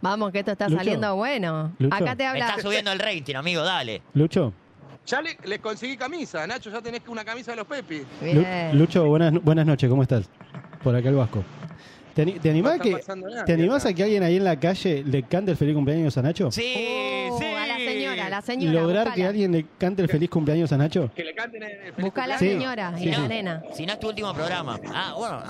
Speaker 5: Vamos, que esto está
Speaker 6: Lucho.
Speaker 5: saliendo bueno.
Speaker 6: Lucho.
Speaker 5: Acá te
Speaker 4: Me
Speaker 5: habla.
Speaker 4: está subiendo el rating, amigo, dale.
Speaker 6: Lucho,
Speaker 9: ya le- les conseguí camisa, Nacho, ya tenés una camisa de los Pepe.
Speaker 6: Lu-
Speaker 5: Bien.
Speaker 6: Lucho, buenas, buenas noches, ¿cómo estás? Por acá el Vasco. ¿Te, ani- te animás,
Speaker 9: No está
Speaker 6: que,
Speaker 9: pasando nada,
Speaker 6: ¿te animás
Speaker 9: mierda.
Speaker 6: a que alguien ahí en la calle le cante el feliz cumpleaños a Nacho?
Speaker 4: Sí,
Speaker 5: Oh,
Speaker 4: sí.
Speaker 5: A la señora, a la señora.
Speaker 6: ¿Lograr
Speaker 5: buscala.
Speaker 6: que alguien le cante el feliz cumpleaños a Nacho?
Speaker 9: Que le canten el feliz
Speaker 5: Busca a la
Speaker 6: Sí,
Speaker 9: cumpleaños.
Speaker 5: señora
Speaker 6: sí,
Speaker 5: y la
Speaker 6: sí.
Speaker 5: nena.
Speaker 4: Si no es tu último programa. Ah, bueno.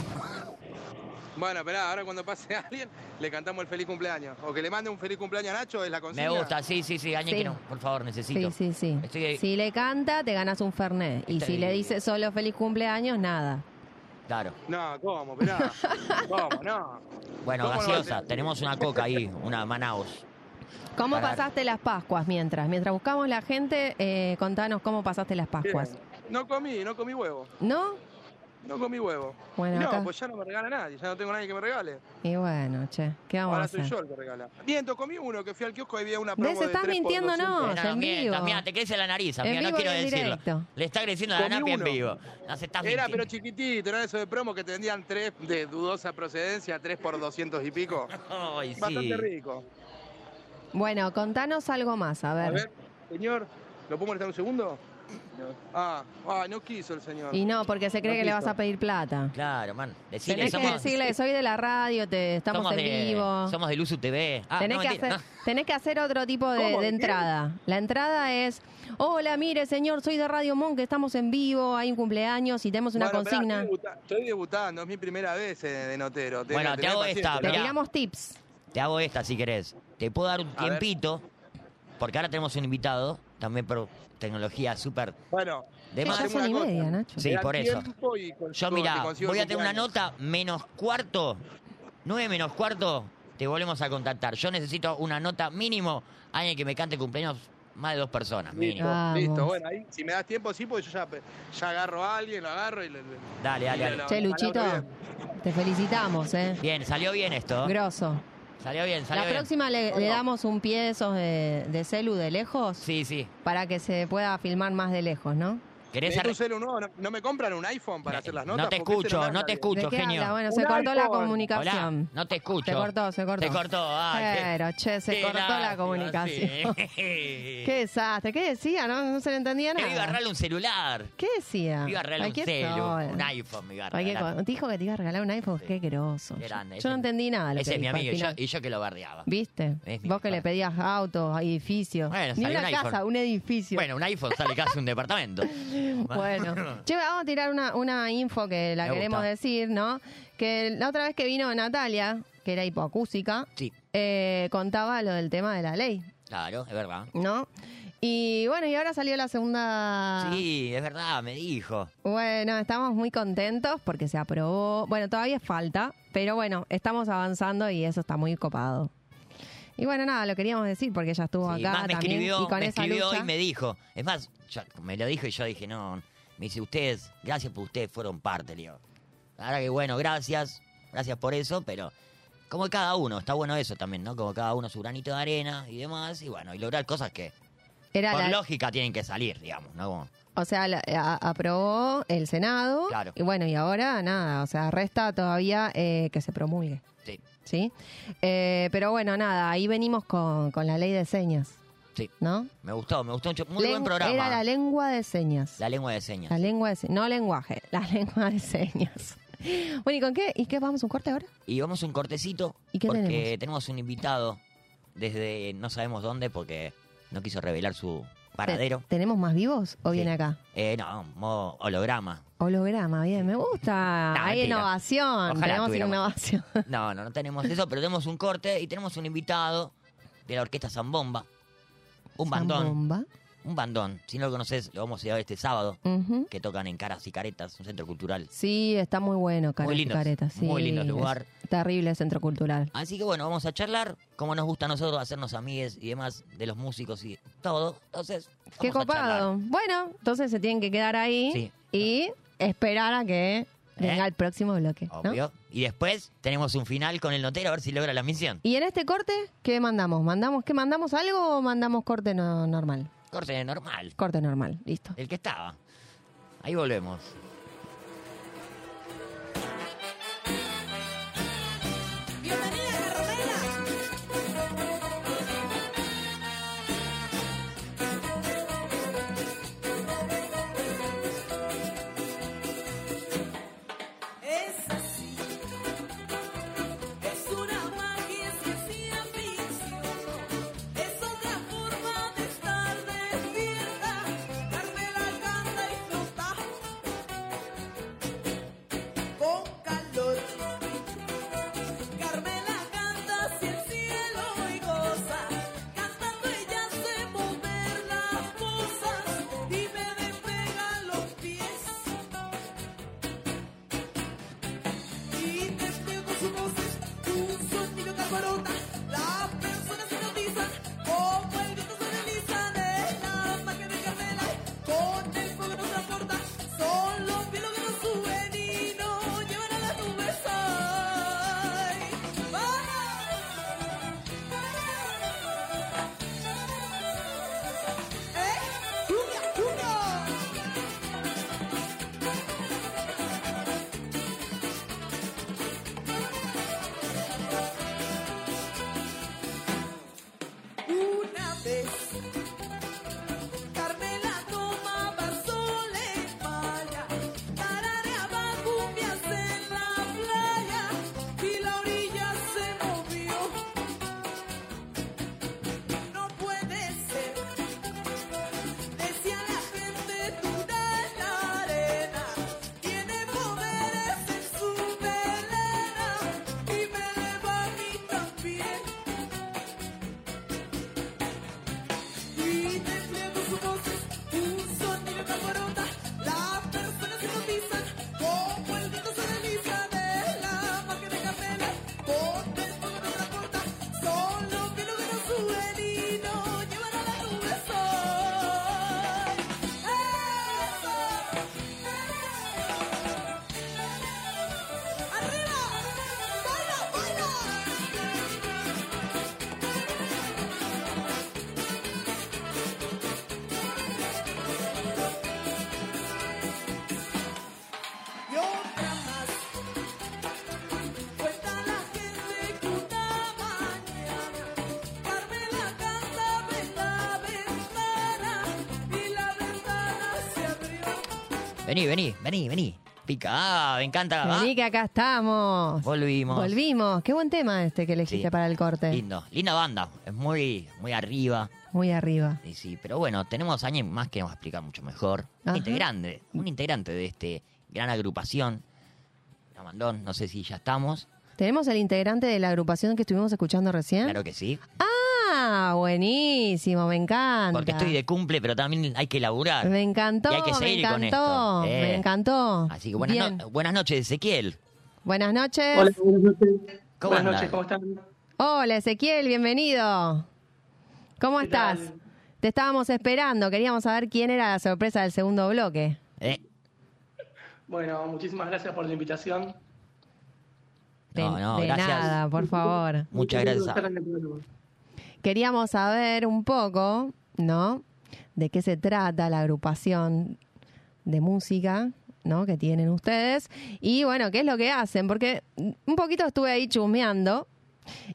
Speaker 9: Bueno, esperá, ahora cuando pase alguien, le cantamos el feliz cumpleaños. O que le mande un feliz cumpleaños a Nacho, es la
Speaker 4: Me
Speaker 9: consigna.
Speaker 4: gusta, sí, sí, sí. Alguien
Speaker 5: Sí.
Speaker 4: que no, por favor, necesito.
Speaker 5: Sí, sí, sí.
Speaker 4: Estoy Este ahí.
Speaker 5: Si le canta, te ganas un fernet. Y
Speaker 4: Está
Speaker 5: si le
Speaker 4: bien.
Speaker 5: dice solo feliz cumpleaños, nada.
Speaker 4: Claro.
Speaker 9: No, ¿cómo? Esperá. ¿Cómo? No.
Speaker 4: Bueno,
Speaker 9: ¿Cómo lo
Speaker 4: gaseosa.
Speaker 9: haces?
Speaker 4: Tenemos una coca ahí, una Manaus.
Speaker 5: ¿Cómo
Speaker 4: Parar.
Speaker 5: pasaste las Pascuas mientras? Mientras buscamos la gente, eh, contanos cómo pasaste las
Speaker 9: Bien.
Speaker 5: Pascuas.
Speaker 9: No comí, no comí huevo.
Speaker 5: ¿No?
Speaker 9: No comí huevo.
Speaker 5: Bueno,
Speaker 9: no,
Speaker 5: acá-
Speaker 9: pues ya no me regala nadie, ya no tengo nadie que me regale.
Speaker 5: Y bueno, che, ¿qué vamos a
Speaker 9: Ahora
Speaker 5: hacer?
Speaker 9: soy yo el que regala. Miento, comí uno que fui al kiosco y había una promo
Speaker 5: ¿Ves?
Speaker 9: de
Speaker 5: Estás
Speaker 9: 3 por
Speaker 5: mintiendo,
Speaker 9: 200.
Speaker 4: Eh,
Speaker 5: no, en vivo.
Speaker 4: mientas, mirá, te crece la nariz, amiga,
Speaker 5: En
Speaker 4: no
Speaker 5: vivo
Speaker 4: quiero
Speaker 5: y en
Speaker 4: decirlo.
Speaker 5: directo.
Speaker 4: Le está creciendo la
Speaker 9: Comí
Speaker 4: napia en
Speaker 9: uno.
Speaker 4: vivo. Las estás
Speaker 9: Era pero
Speaker 4: mintiendo.
Speaker 9: chiquitito, era eso de promo que te vendían tres de dudosa procedencia, tres por 200 y pico.
Speaker 4: Ay, sí.
Speaker 9: Bastante rico.
Speaker 5: Bueno, contanos algo más, a ver.
Speaker 9: A ver, señor, ¿lo puedo molestar un segundo? Ah, ah, no quiso el señor.
Speaker 5: Y no, porque se cree
Speaker 9: No
Speaker 5: que le vas
Speaker 9: quiso.
Speaker 5: a pedir plata.
Speaker 4: Claro, man. Decirle,
Speaker 5: Tenés que
Speaker 4: somos,
Speaker 5: decirle, soy de la radio, te, estamos
Speaker 4: somos
Speaker 5: en
Speaker 4: de,
Speaker 5: vivo.
Speaker 4: Somos de Luzu TV. Ah,
Speaker 5: tenés,
Speaker 4: no,
Speaker 5: que hacer,
Speaker 4: mentira,
Speaker 5: tenés que hacer otro tipo de,
Speaker 9: ¿Cómo?
Speaker 5: de
Speaker 9: ¿Qué?
Speaker 5: entrada. La entrada es, hola, mire, señor, soy de Radio Monk, estamos en vivo, hay un cumpleaños y tenemos una
Speaker 9: Bueno, esperá,
Speaker 5: consigna.
Speaker 9: estoy, debuta- estoy debutando, es mi primera vez eh, de notero. Tenés-
Speaker 4: Bueno, te
Speaker 9: tenés
Speaker 4: hago
Speaker 9: paciencia.
Speaker 4: esta,
Speaker 5: Te
Speaker 4: mirá.
Speaker 5: tiramos tips.
Speaker 4: no. Te hago esta si querés. Te puedo dar un
Speaker 9: A ver.
Speaker 4: tiempito, porque ahora tenemos un invitado, también por tecnología súper
Speaker 9: Bueno,
Speaker 4: de
Speaker 5: Sí,
Speaker 4: más.
Speaker 5: ya
Speaker 9: hacemos
Speaker 5: son y
Speaker 9: una cosa.
Speaker 5: media, Nacho.
Speaker 4: Sí,
Speaker 9: me da
Speaker 4: por eso.
Speaker 9: tiempo y con-
Speaker 4: Yo,
Speaker 9: con- te
Speaker 4: mira,
Speaker 9: consigo
Speaker 4: voy a
Speaker 9: el
Speaker 4: tener una
Speaker 9: cumpleaños.
Speaker 4: nota menos cuarto, nueve menos cuarto, te volvemos a contactar. Yo necesito una nota mínimo, alguien que me cante cumpleaños más de dos personas, mínimo.
Speaker 5: Vamos.
Speaker 9: Listo, bueno, ahí si me das tiempo, sí, porque yo ya, ya agarro a alguien, lo agarro y le. le-
Speaker 4: Dale, dale,
Speaker 9: y le-
Speaker 4: dale.
Speaker 9: lo-
Speaker 5: Che,
Speaker 9: lo
Speaker 5: Luchito,
Speaker 9: laburo
Speaker 5: te felicitamos, ¿eh?
Speaker 4: Bien, salió bien esto. ¿eh?
Speaker 5: Grosso.
Speaker 4: Salió bien, salió
Speaker 5: La
Speaker 4: bien.
Speaker 5: próxima le, le damos un pie de esos de, de celu de lejos
Speaker 4: Sí, sí.
Speaker 5: para que se pueda filmar más de lejos, ¿no?
Speaker 4: ¿Querés
Speaker 8: Necesito
Speaker 4: arre-
Speaker 8: un celu nuevo, no, no me compran un iPhone para hacer las
Speaker 4: No
Speaker 8: notas.
Speaker 4: te
Speaker 8: porque este
Speaker 4: escucho,
Speaker 8: me
Speaker 4: no te
Speaker 8: habla
Speaker 4: escucho. Mucho
Speaker 5: ¿De qué
Speaker 4: genio.
Speaker 5: habla? Bueno, se
Speaker 8: Un
Speaker 5: cortó la
Speaker 8: iPhone.
Speaker 4: Hola,
Speaker 5: comunicación.
Speaker 4: no te escucho.
Speaker 5: Se cortó, se cortó.
Speaker 4: Se cortó, ah, qué-
Speaker 5: Pero, che, se
Speaker 4: qué
Speaker 5: cortó la
Speaker 4: lástima, sí.
Speaker 5: comunicación. Qué desastre. ¿Qué decía? No, no se le entendía
Speaker 4: Me iba a
Speaker 5: nada.
Speaker 4: agarrar un celular.
Speaker 5: ¿Qué decía?
Speaker 4: Me iba a regalar un
Speaker 5: Ah, Cualquier
Speaker 4: celu,
Speaker 5: cosa.
Speaker 4: un iPhone me iba a
Speaker 5: Cualquier
Speaker 4: regalar.
Speaker 5: cosa. Te dijo que te iba a regalar un iPhone. Qué groso.
Speaker 4: Qué grande,
Speaker 5: Yo
Speaker 4: ese-
Speaker 5: no entendí nada. de Lo
Speaker 4: Ese
Speaker 5: que
Speaker 4: es mi
Speaker 5: dijo al
Speaker 4: amigo y yo,
Speaker 5: final.
Speaker 4: y yo que lo bardeaba.
Speaker 5: ¿Viste?
Speaker 4: Es mi
Speaker 5: Vos que
Speaker 4: papá.
Speaker 5: le pedías autos, edificios.
Speaker 4: Bueno,
Speaker 5: Ni
Speaker 4: salió
Speaker 5: una
Speaker 4: un
Speaker 5: casa,
Speaker 4: iPhone.
Speaker 5: un edificio.
Speaker 4: Bueno, un iPhone sale casi un departamento.
Speaker 5: Bueno, che, vamos a tirar una, una info que la
Speaker 4: Me
Speaker 5: queremos
Speaker 4: gusta.
Speaker 5: decir, ¿no? Que la otra vez que vino Natalia, que era hipoacúsica,
Speaker 4: Sí,
Speaker 5: eh, contaba lo del tema de la ley,
Speaker 4: claro, es verdad.
Speaker 5: ¿no? Y bueno, y ahora salió la segunda...
Speaker 4: Sí, es verdad, me dijo.
Speaker 5: Bueno, estamos muy contentos porque se aprobó. Bueno, todavía falta, pero bueno, estamos avanzando y eso está muy copado. Y bueno, nada, lo queríamos decir porque ella estuvo
Speaker 4: Sí,
Speaker 5: acá
Speaker 4: más me
Speaker 5: también
Speaker 4: escribió,
Speaker 5: y con
Speaker 4: me
Speaker 5: esa
Speaker 4: escribió
Speaker 5: lucha.
Speaker 4: y me dijo. Es más, yo- me lo dijo y yo dije, no, me dice, ustedes, gracias por ustedes fueron parte, le digo. Ahora que bueno, gracias, gracias por eso, pero como cada uno, está bueno eso también, ¿no? Como cada uno su granito de arena y demás, y bueno, y lograr cosas que
Speaker 5: Era
Speaker 4: por
Speaker 5: la-
Speaker 4: lógica tienen que salir, digamos, ¿no? Como-
Speaker 5: O sea, la- eh, a- aprobó el Senado.
Speaker 4: Claro.
Speaker 5: Y bueno, y ahora nada, o sea, resta todavía eh, que se promulgue,
Speaker 4: sí,
Speaker 5: ¿sí? Eh, pero bueno, nada, ahí venimos con, con la ley de señas,
Speaker 4: sí,
Speaker 5: ¿no?
Speaker 4: me gustó, me gustó mucho. Muy buen
Speaker 5: Len-
Speaker 4: programa.
Speaker 5: Era la lengua de señas.
Speaker 4: La lengua de señas.
Speaker 5: La lengua de se- no lenguaje, la lengua de señas. Bueno, ¿y con qué? ¿Y qué vamos a un corte ahora?
Speaker 4: Y vamos a un cortecito.
Speaker 5: ¿Y qué
Speaker 4: porque
Speaker 5: tenemos?
Speaker 4: un invitado desde no sabemos dónde porque no quiso revelar su paradero.
Speaker 5: Te- ¿Tenemos más vivos o
Speaker 4: Sí.
Speaker 5: viene acá?
Speaker 4: Eh, no, modo holograma.
Speaker 5: Holograma, bien, me gusta.
Speaker 4: No,
Speaker 5: Hay
Speaker 4: mentira.
Speaker 5: innovación,
Speaker 4: Ojalá
Speaker 5: tenemos
Speaker 4: tuviéramos.
Speaker 5: innovación.
Speaker 4: No, no, no tenemos eso, pero tenemos un corte y tenemos un invitado de la orquesta Zambomba. Un bandón,
Speaker 5: Zambomba.
Speaker 4: un bandón. Si no lo conoces, lo vamos a ir a ver este sábado,
Speaker 5: Ujú.
Speaker 4: que tocan en Caras y Caretas, un centro cultural.
Speaker 5: Sí, está muy bueno, Caras
Speaker 4: Muy
Speaker 5: y
Speaker 4: lindos,
Speaker 5: Caretas, sí.
Speaker 4: muy lindo lugar.
Speaker 5: Es terrible el centro cultural.
Speaker 4: Así que bueno, vamos a charlar, como nos gusta a nosotros hacernos amigues y demás de los músicos y todo. Entonces, vamos
Speaker 5: Qué
Speaker 4: a charlar.
Speaker 5: copado. Bueno, entonces se tienen que quedar ahí
Speaker 4: Sí. Eh.
Speaker 5: y esperar a que venga el próximo bloque. ¿no?
Speaker 4: Obvio. Y después tenemos un final con el notero a ver si logra la misión.
Speaker 5: Y en este corte, ¿qué mandamos? ¿Mandamos qué mandamos algo o mandamos corte no- normal?
Speaker 4: Corte normal,
Speaker 5: Corte normal, listo.
Speaker 4: el que estaba. Ahí volvemos.
Speaker 10: Es así, es una magia que ciencia ficción, es otra forma de estar despierta, darme la canta y flotar,
Speaker 9: ¡Eh!
Speaker 4: Vení, vení, vení, vení. Pica, ah, me encanta. ah.
Speaker 5: Vení que acá estamos.
Speaker 4: Volvimos.
Speaker 5: Volvimos. Qué buen tema este que elegiste
Speaker 4: Sí.
Speaker 5: para el corte.
Speaker 4: Lindo, linda banda. Es muy, muy arriba.
Speaker 5: Muy arriba.
Speaker 4: Y sí, pero bueno, tenemos a alguien más que nos va a explicar mucho mejor.
Speaker 5: Ajá.
Speaker 4: Un integrante, un integrante de este gran agrupación. La mandó, no sé si ya estamos.
Speaker 5: ¿Tenemos el integrante de la agrupación que estuvimos escuchando recién?
Speaker 4: Claro que sí.
Speaker 5: Ah, buenísimo, me encanta.
Speaker 4: Porque estoy de cumple, pero también hay que laburar.
Speaker 5: Me encantó,
Speaker 4: Y hay que
Speaker 5: me
Speaker 4: seguir con
Speaker 5: encantó,
Speaker 4: esto. Eh.
Speaker 5: me encantó.
Speaker 4: Así que buenas,
Speaker 5: Bien.
Speaker 4: no- buenas noches, Ezequiel.
Speaker 5: Buenas noches.
Speaker 4: Hola,
Speaker 5: buenas noches.
Speaker 4: ¿Cómo
Speaker 5: Buenas
Speaker 4: andas?
Speaker 5: noches, ¿cómo Hola, Ezequiel, bienvenido. ¿Cómo estás? Te estábamos esperando, queríamos saber quién era la sorpresa del segundo bloque.
Speaker 4: Eh,
Speaker 9: Bueno, muchísimas gracias por la invitación.
Speaker 4: No, no,
Speaker 5: de
Speaker 4: gracias.
Speaker 5: nada, por favor.
Speaker 4: Muchas gracias.
Speaker 5: Queríamos saber un poco, ¿no? De qué se trata la agrupación de música, ¿no? Que tienen ustedes. Y bueno, qué es lo que hacen, porque un poquito estuve ahí chusmeando.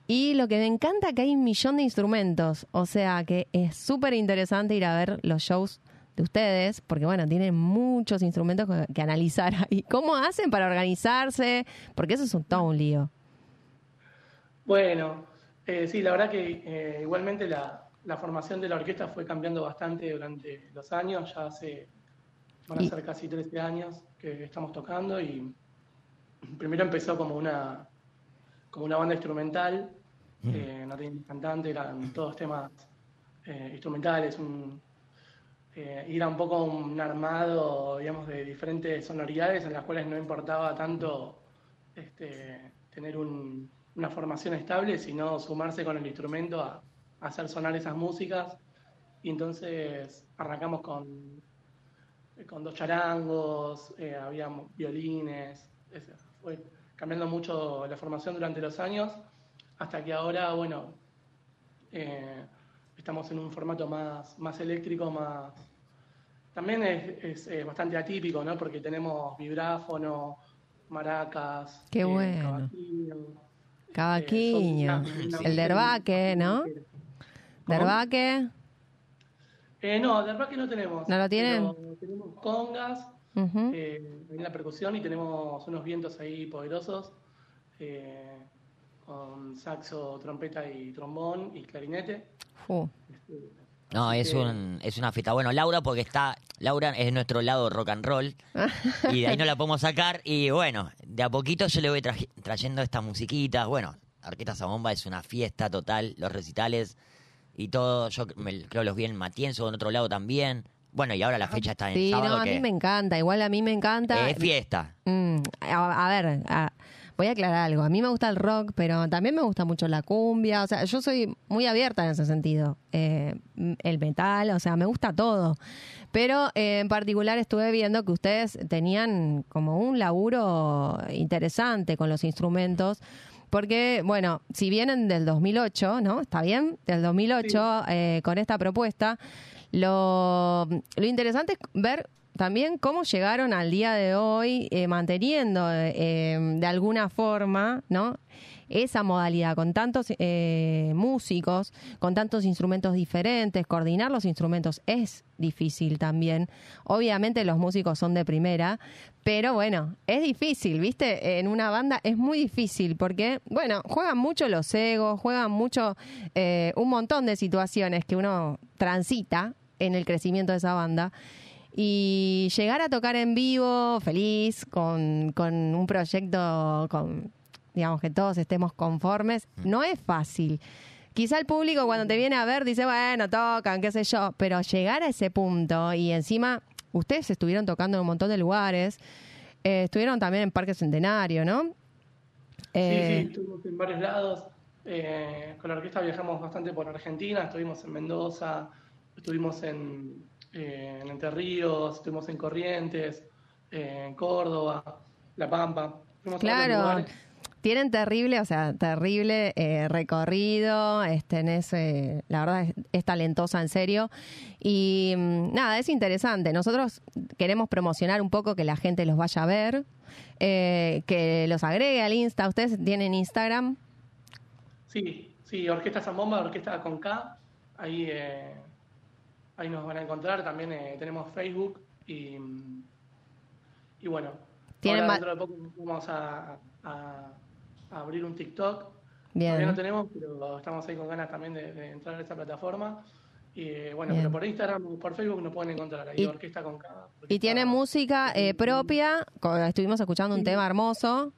Speaker 5: Y lo que me encanta que hay un millón de instrumentos. O sea que es súper interesante ir a ver los shows de ustedes, porque bueno, tienen muchos instrumentos que, que analizar ahí. ¿Cómo hacen para organizarse? Porque eso es un todo un lío.
Speaker 9: Bueno, eh, sí, la verdad que eh, igualmente la, la formación de la orquesta fue cambiando bastante durante los años. Ya hace, van a
Speaker 5: Y-
Speaker 9: ser casi 13 años que estamos tocando y primero empezó como una, como una banda instrumental. eh, no teníamos cantante, eran todos temas eh, instrumentales. un- eh, y era un poco un armado, digamos, de diferentes sonoridades en las cuales no importaba tanto este, tener un- una formación estable, sino sumarse con el instrumento a, a hacer sonar esas músicas. Y entonces arrancamos con, eh, con dos charangos, eh, había mo- violines, ese- fue cambiando mucho la formación durante los años, hasta que ahora, bueno, eh, estamos en un formato más, más eléctrico, más... También es, es, eh, bastante atípico, ¿no? Porque tenemos vibráfono, maracas,
Speaker 5: Qué
Speaker 9: eh,
Speaker 5: bueno.
Speaker 9: cavaquinho,
Speaker 5: Cavaquinho,
Speaker 9: Eh, son-
Speaker 5: el derbaque, ¿no? Derbaque,
Speaker 9: Eh, no, de verdad que no tenemos.
Speaker 5: ¿No lo tienen?
Speaker 9: pero Tenemos congas
Speaker 5: ujú,
Speaker 9: eh, en la percusión y tenemos unos vientos ahí poderosos eh, con saxo, trompeta y trombón y clarinete.
Speaker 5: fu.
Speaker 4: No, es, un, es una fiesta. Bueno, Laura, porque está. Laura es nuestro lado rock and roll. y de ahí no la podemos sacar. Y bueno, de a poquito yo le voy traje- trayendo estas musiquitas. Bueno, Orquesta Zabomba es una fiesta total. Los recitales y todo. Yo me- creo los vi en Matienzo, en otro lado también. Bueno, y ahora la fecha está en
Speaker 5: Ah, Sí,
Speaker 4: sábado.
Speaker 5: no, a
Speaker 4: que
Speaker 5: mí me encanta, igual a mí me encanta.
Speaker 4: Es fiesta.
Speaker 5: Mm, a, a ver, a- voy a aclarar algo. A mí me gusta el rock, pero también me gusta mucho la cumbia. O sea, yo soy muy abierta en ese sentido. Eh, mm, el metal, o sea, me gusta todo. Pero eh, en particular estuve viendo que ustedes tenían como un laburo interesante con los instrumentos. Porque, bueno, si vienen del 2008, ¿no? ¿Está bien? Del 2008, eh, con esta propuesta, lo, lo interesante es ver también cómo llegaron al día de hoy eh, manteniendo eh, de alguna forma, ¿no? Esa modalidad con tantos eh, músicos, con tantos instrumentos diferentes, coordinar los instrumentos es difícil también. Obviamente los músicos son de primera, pero bueno, es difícil, ¿viste? En una banda es muy difícil porque, bueno, juegan mucho los egos, juegan mucho eh, un montón de situaciones que uno transita en el crecimiento de esa banda. Y llegar a tocar en vivo, feliz, con, con un proyecto, con, digamos que todos estemos conformes, no es fácil. Quizá el público cuando te viene a ver dice, bueno, tocan, qué sé yo, pero llegar a ese punto y encima ustedes estuvieron tocando en un montón de lugares, eh, estuvieron también en Parque Centenario, ¿no?
Speaker 9: Sí,
Speaker 5: Eh,
Speaker 9: sí, estuvimos en varios lados. Eh, con la orquesta viajamos bastante por Argentina, estuvimos en Mendoza, estuvimos en, eh, en Entre Ríos, estuvimos en Corrientes, eh, en Córdoba, La Pampa. Fuimos a varios
Speaker 5: Claro.
Speaker 9: lugares.
Speaker 5: Tienen terrible, o sea, terrible eh, recorrido, este, en ese, la verdad es, es talentosa en serio. Y mm, nada, es interesante. Nosotros queremos promocionar un poco que la gente los vaya a ver, eh, que los agregue al Insta. ¿Ustedes tienen Instagram?
Speaker 9: Sí, sí, Orquesta Zambomba, Orquesta con K. Ahí, eh, ahí nos van a encontrar. También eh, tenemos Facebook y mm, Y bueno,
Speaker 5: Tienen
Speaker 9: ahora
Speaker 5: va-
Speaker 9: dentro de poco vamos a, a- a abrir un TikTok.
Speaker 5: Bien.
Speaker 9: Todavía no tenemos, pero estamos ahí con ganas también de, de entrar a esa plataforma. Y eh, bueno,
Speaker 5: Bien.
Speaker 9: pero por Instagram o por Facebook nos pueden encontrar ahí,
Speaker 5: Y-
Speaker 9: Orquesta con K.
Speaker 5: Y tiene música eh, propia, co- estuvimos escuchando un tema hermoso.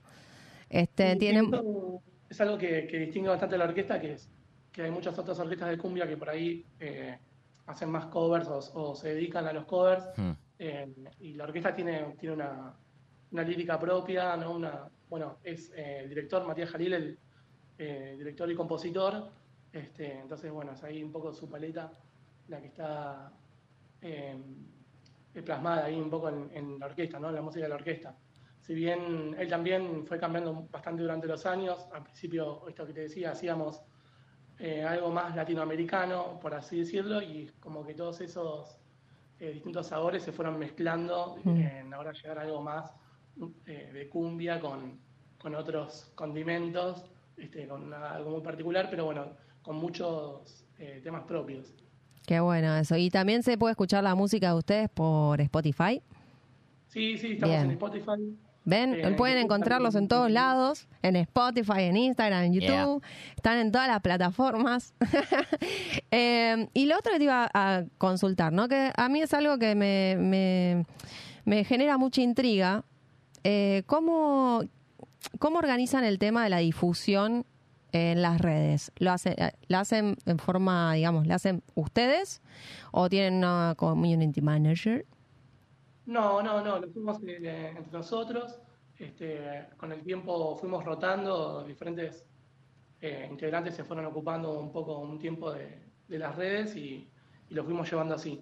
Speaker 5: Este, tiene,
Speaker 9: Distinto, Es algo que, que distingue bastante a la orquesta, que es que hay muchas otras orquestas de cumbia que por ahí eh, hacen más covers o, o se dedican a los covers.
Speaker 5: Mm.
Speaker 9: eh, y la orquesta tiene, tiene una, una lírica propia, ¿no? Una, bueno, es eh, el director Matías Jalil, el eh, director y compositor. Este, entonces, bueno, es ahí un poco su paleta la que está eh, plasmada ahí un poco en, en la orquesta, ¿no? En la música de la orquesta. Si bien él también fue cambiando bastante durante los años, al principio, esto que te decía, hacíamos eh, algo más latinoamericano, por así decirlo, y como que todos esos eh, distintos sabores se fueron mezclando
Speaker 5: Mm.
Speaker 9: en ahora llegar a algo más eh, de cumbia con, con otros condimentos, este, con una- algo muy particular, pero bueno, con muchos eh, temas propios.
Speaker 5: qué bueno eso. Y también se puede escuchar la música de ustedes por Spotify.
Speaker 9: Sí, sí, estamos
Speaker 5: Bien.
Speaker 9: en Spotify.
Speaker 5: ¿Ven?
Speaker 9: Eh,
Speaker 5: Pueden
Speaker 9: YouTube
Speaker 5: encontrarlos
Speaker 9: también.
Speaker 5: en todos lados, en Spotify, en Instagram, en YouTube, están en todas las plataformas. Eh, y lo otro que te iba a consultar, ¿no? Que a mí es algo que me, me, me genera mucha intriga. Eh, ¿cómo, ¿Cómo organizan el tema de la difusión en las redes? ¿Lo hacen, ¿La hacen en forma, digamos, la hacen ustedes o tienen una community manager?
Speaker 9: No, no, no, lo fuimos eh, entre nosotros. Este, con el tiempo fuimos rotando, diferentes eh, integrantes se fueron ocupando un poco un tiempo de, de las redes y, y lo fuimos llevando así,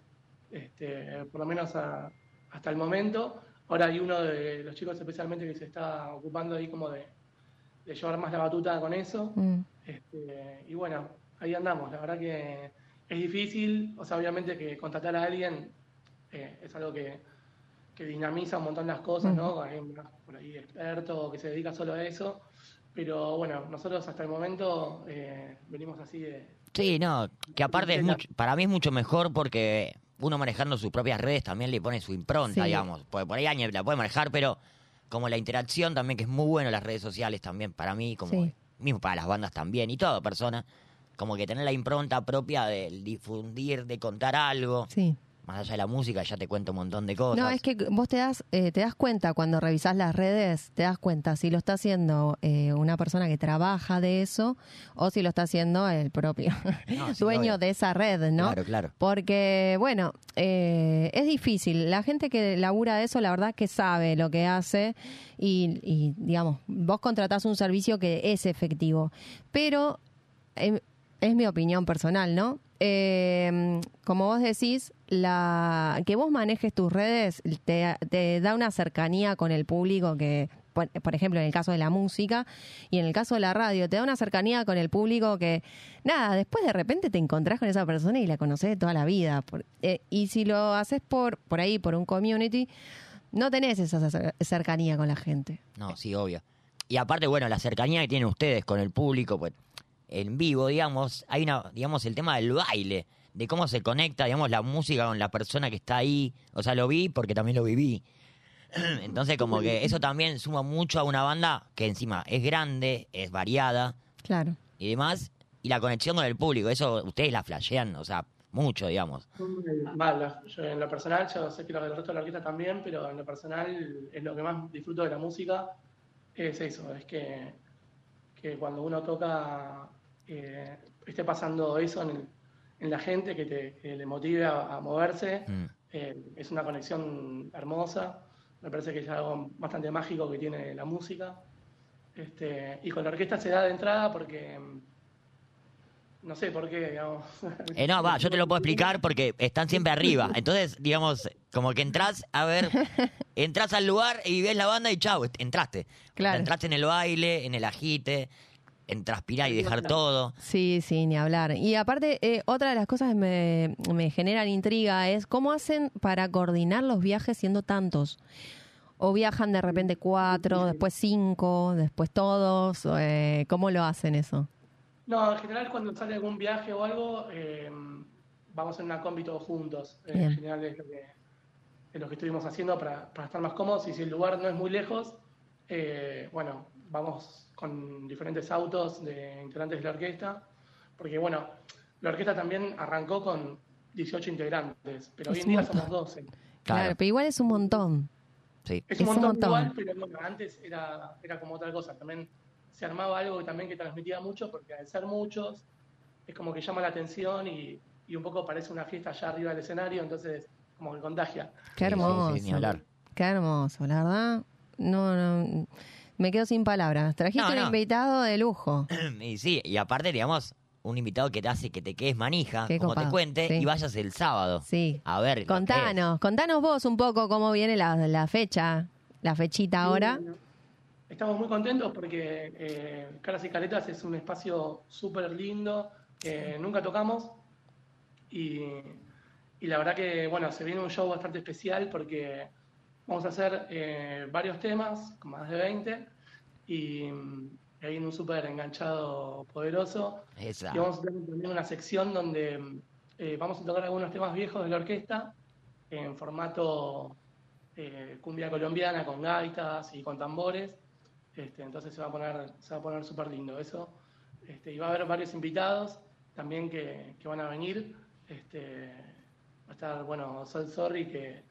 Speaker 9: Este, por lo menos a- hasta el momento. Ahora hay uno de los chicos especialmente que se está ocupando ahí como de, de llevar más la batuta con eso. Este, y bueno, ahí andamos. La verdad que es difícil, o sea, obviamente que contratar a alguien eh, es algo que, que dinamiza un montón las cosas, ¿no? Hay un- por ahí experto que se dedica solo a eso. Pero bueno, nosotros hasta el momento eh, venimos así de...
Speaker 4: Sí, no, que aparte es mucho- para mí es mucho mejor porque uno manejando sus propias redes también le pone su impronta,
Speaker 9: Sí.
Speaker 4: digamos. Porque por ahí alguien la puede manejar, pero como la interacción también, que es muy bueno las redes sociales también para mí, como
Speaker 5: Sí.
Speaker 4: mismo para las bandas también y toda persona, como que tener la impronta propia de difundir, de contar algo.
Speaker 5: Sí.
Speaker 4: Más allá de la música, ya te cuento un montón de cosas.
Speaker 5: No, es que vos te das, eh, te das cuenta cuando revisás las redes, te das cuenta si lo está haciendo eh, una persona que trabaja de eso o si lo está haciendo el propio dueño de esa red, ¿no?
Speaker 4: Claro, claro.
Speaker 5: Porque, bueno, eh, es difícil. La gente que labura de eso, la verdad que sabe lo que hace y, y, digamos, vos contratás un servicio que es efectivo. Pero em, es mi opinión personal, ¿no? Eh, como vos decís, la, que vos manejes tus redes te, te da una cercanía con el público que, por, por ejemplo, en el caso de la música y en el caso de la radio, te da una cercanía con el público que, nada, después de repente te encontrás con esa persona y la conocés de toda la vida. Por- eh, y si lo haces por, por ahí, por un community, no tenés esa cer- cercanía con la gente.
Speaker 4: No, sí, obvio. Y aparte, bueno, la cercanía que tienen ustedes con el público, pues en vivo, digamos, hay una, digamos, el tema del baile, de cómo se conecta, digamos, la música con la persona que está ahí. O sea, lo vi porque también lo viví. Entonces, como que eso también suma mucho a una banda que encima es grande, es variada
Speaker 5: Claro.
Speaker 4: y demás, y la conexión con el público, eso ustedes la flashean, o sea, mucho, digamos.
Speaker 9: Mal, Mm, yo en lo personal, yo sé que los del resto de la orquesta también, pero en lo personal es lo que más disfruto de la música, es eso, es que, que cuando uno toca, eh, esté pasando eso en, el- en la gente, que, te, que le motive a, a moverse,
Speaker 4: Mm.
Speaker 9: eh, es una conexión hermosa, me parece que es algo bastante mágico que tiene la música. Este, y con la orquesta se da de entrada porque, mm, no sé por qué, digamos.
Speaker 4: Eh, no, va, yo te lo puedo explicar porque están siempre arriba. Entonces, digamos, como que entras a ver, entras al lugar y ves la banda y chau, entraste.
Speaker 5: Claro.
Speaker 4: Entraste en el baile, en el agite, en transpirar y dejar todo.
Speaker 5: Sí, sí, ni hablar. Y aparte, eh, otra de las cosas que me, me generan intriga es cómo hacen para coordinar los viajes siendo tantos. O viajan de repente cuatro, después cinco, después todos. eh, ¿Cómo lo hacen eso?
Speaker 9: No, en general cuando sale algún viaje o algo, eh, vamos en una combi todos juntos. Eh, En
Speaker 5: Bien.
Speaker 9: general es lo que, de lo que estuvimos haciendo para, para estar más cómodos y si el lugar no es muy lejos, eh, bueno, vamos con diferentes autos de integrantes de la orquesta, porque bueno, la orquesta también arrancó con 18 integrantes, pero
Speaker 5: Es
Speaker 9: hoy en día
Speaker 5: un montón.
Speaker 9: somos 12.
Speaker 5: Claro. pero igual es un montón.
Speaker 4: Sí.
Speaker 9: Es un montón, igual, pero bueno, antes era, era como otra cosa. También se armaba algo que también que transmitía mucho, porque al ser muchos, es como que llama la atención y, y un poco parece una fiesta allá arriba del escenario, entonces como que contagia.
Speaker 5: Qué hermoso.
Speaker 4: sí, ni hablar.
Speaker 5: Qué hermoso, la verdad. No, no. Me quedo sin palabras. Trajiste
Speaker 4: No,
Speaker 5: un
Speaker 4: no.
Speaker 5: invitado de lujo.
Speaker 4: Y sí, y aparte, digamos, un invitado que te hace que te quedes manija,
Speaker 5: Qué
Speaker 4: como
Speaker 5: copado,
Speaker 4: te cuente,
Speaker 5: sí.
Speaker 4: y vayas el sábado.
Speaker 5: Sí.
Speaker 4: A ver. lo que es.
Speaker 5: Contanos, contanos vos un poco cómo viene la, la fecha, la fechita ahora.
Speaker 9: Estamos muy contentos porque eh, Caras y Caretas es un espacio súper lindo, que nunca tocamos y, y la verdad que, bueno, se viene un show bastante especial porque vamos a hacer eh, varios temas, con más de 20, y mm, ahí en un súper enganchado poderoso.
Speaker 4: Esa.
Speaker 9: Y vamos a tener también una sección donde mm, eh, vamos a tocar algunos temas viejos de la orquesta en formato eh, cumbia colombiana con gaitas y con tambores. Este, entonces se va a poner, se va a poner súper lindo eso. Este, y va a haber varios invitados también que, que van a venir. Este, va a estar, bueno, Sol Sorry, que,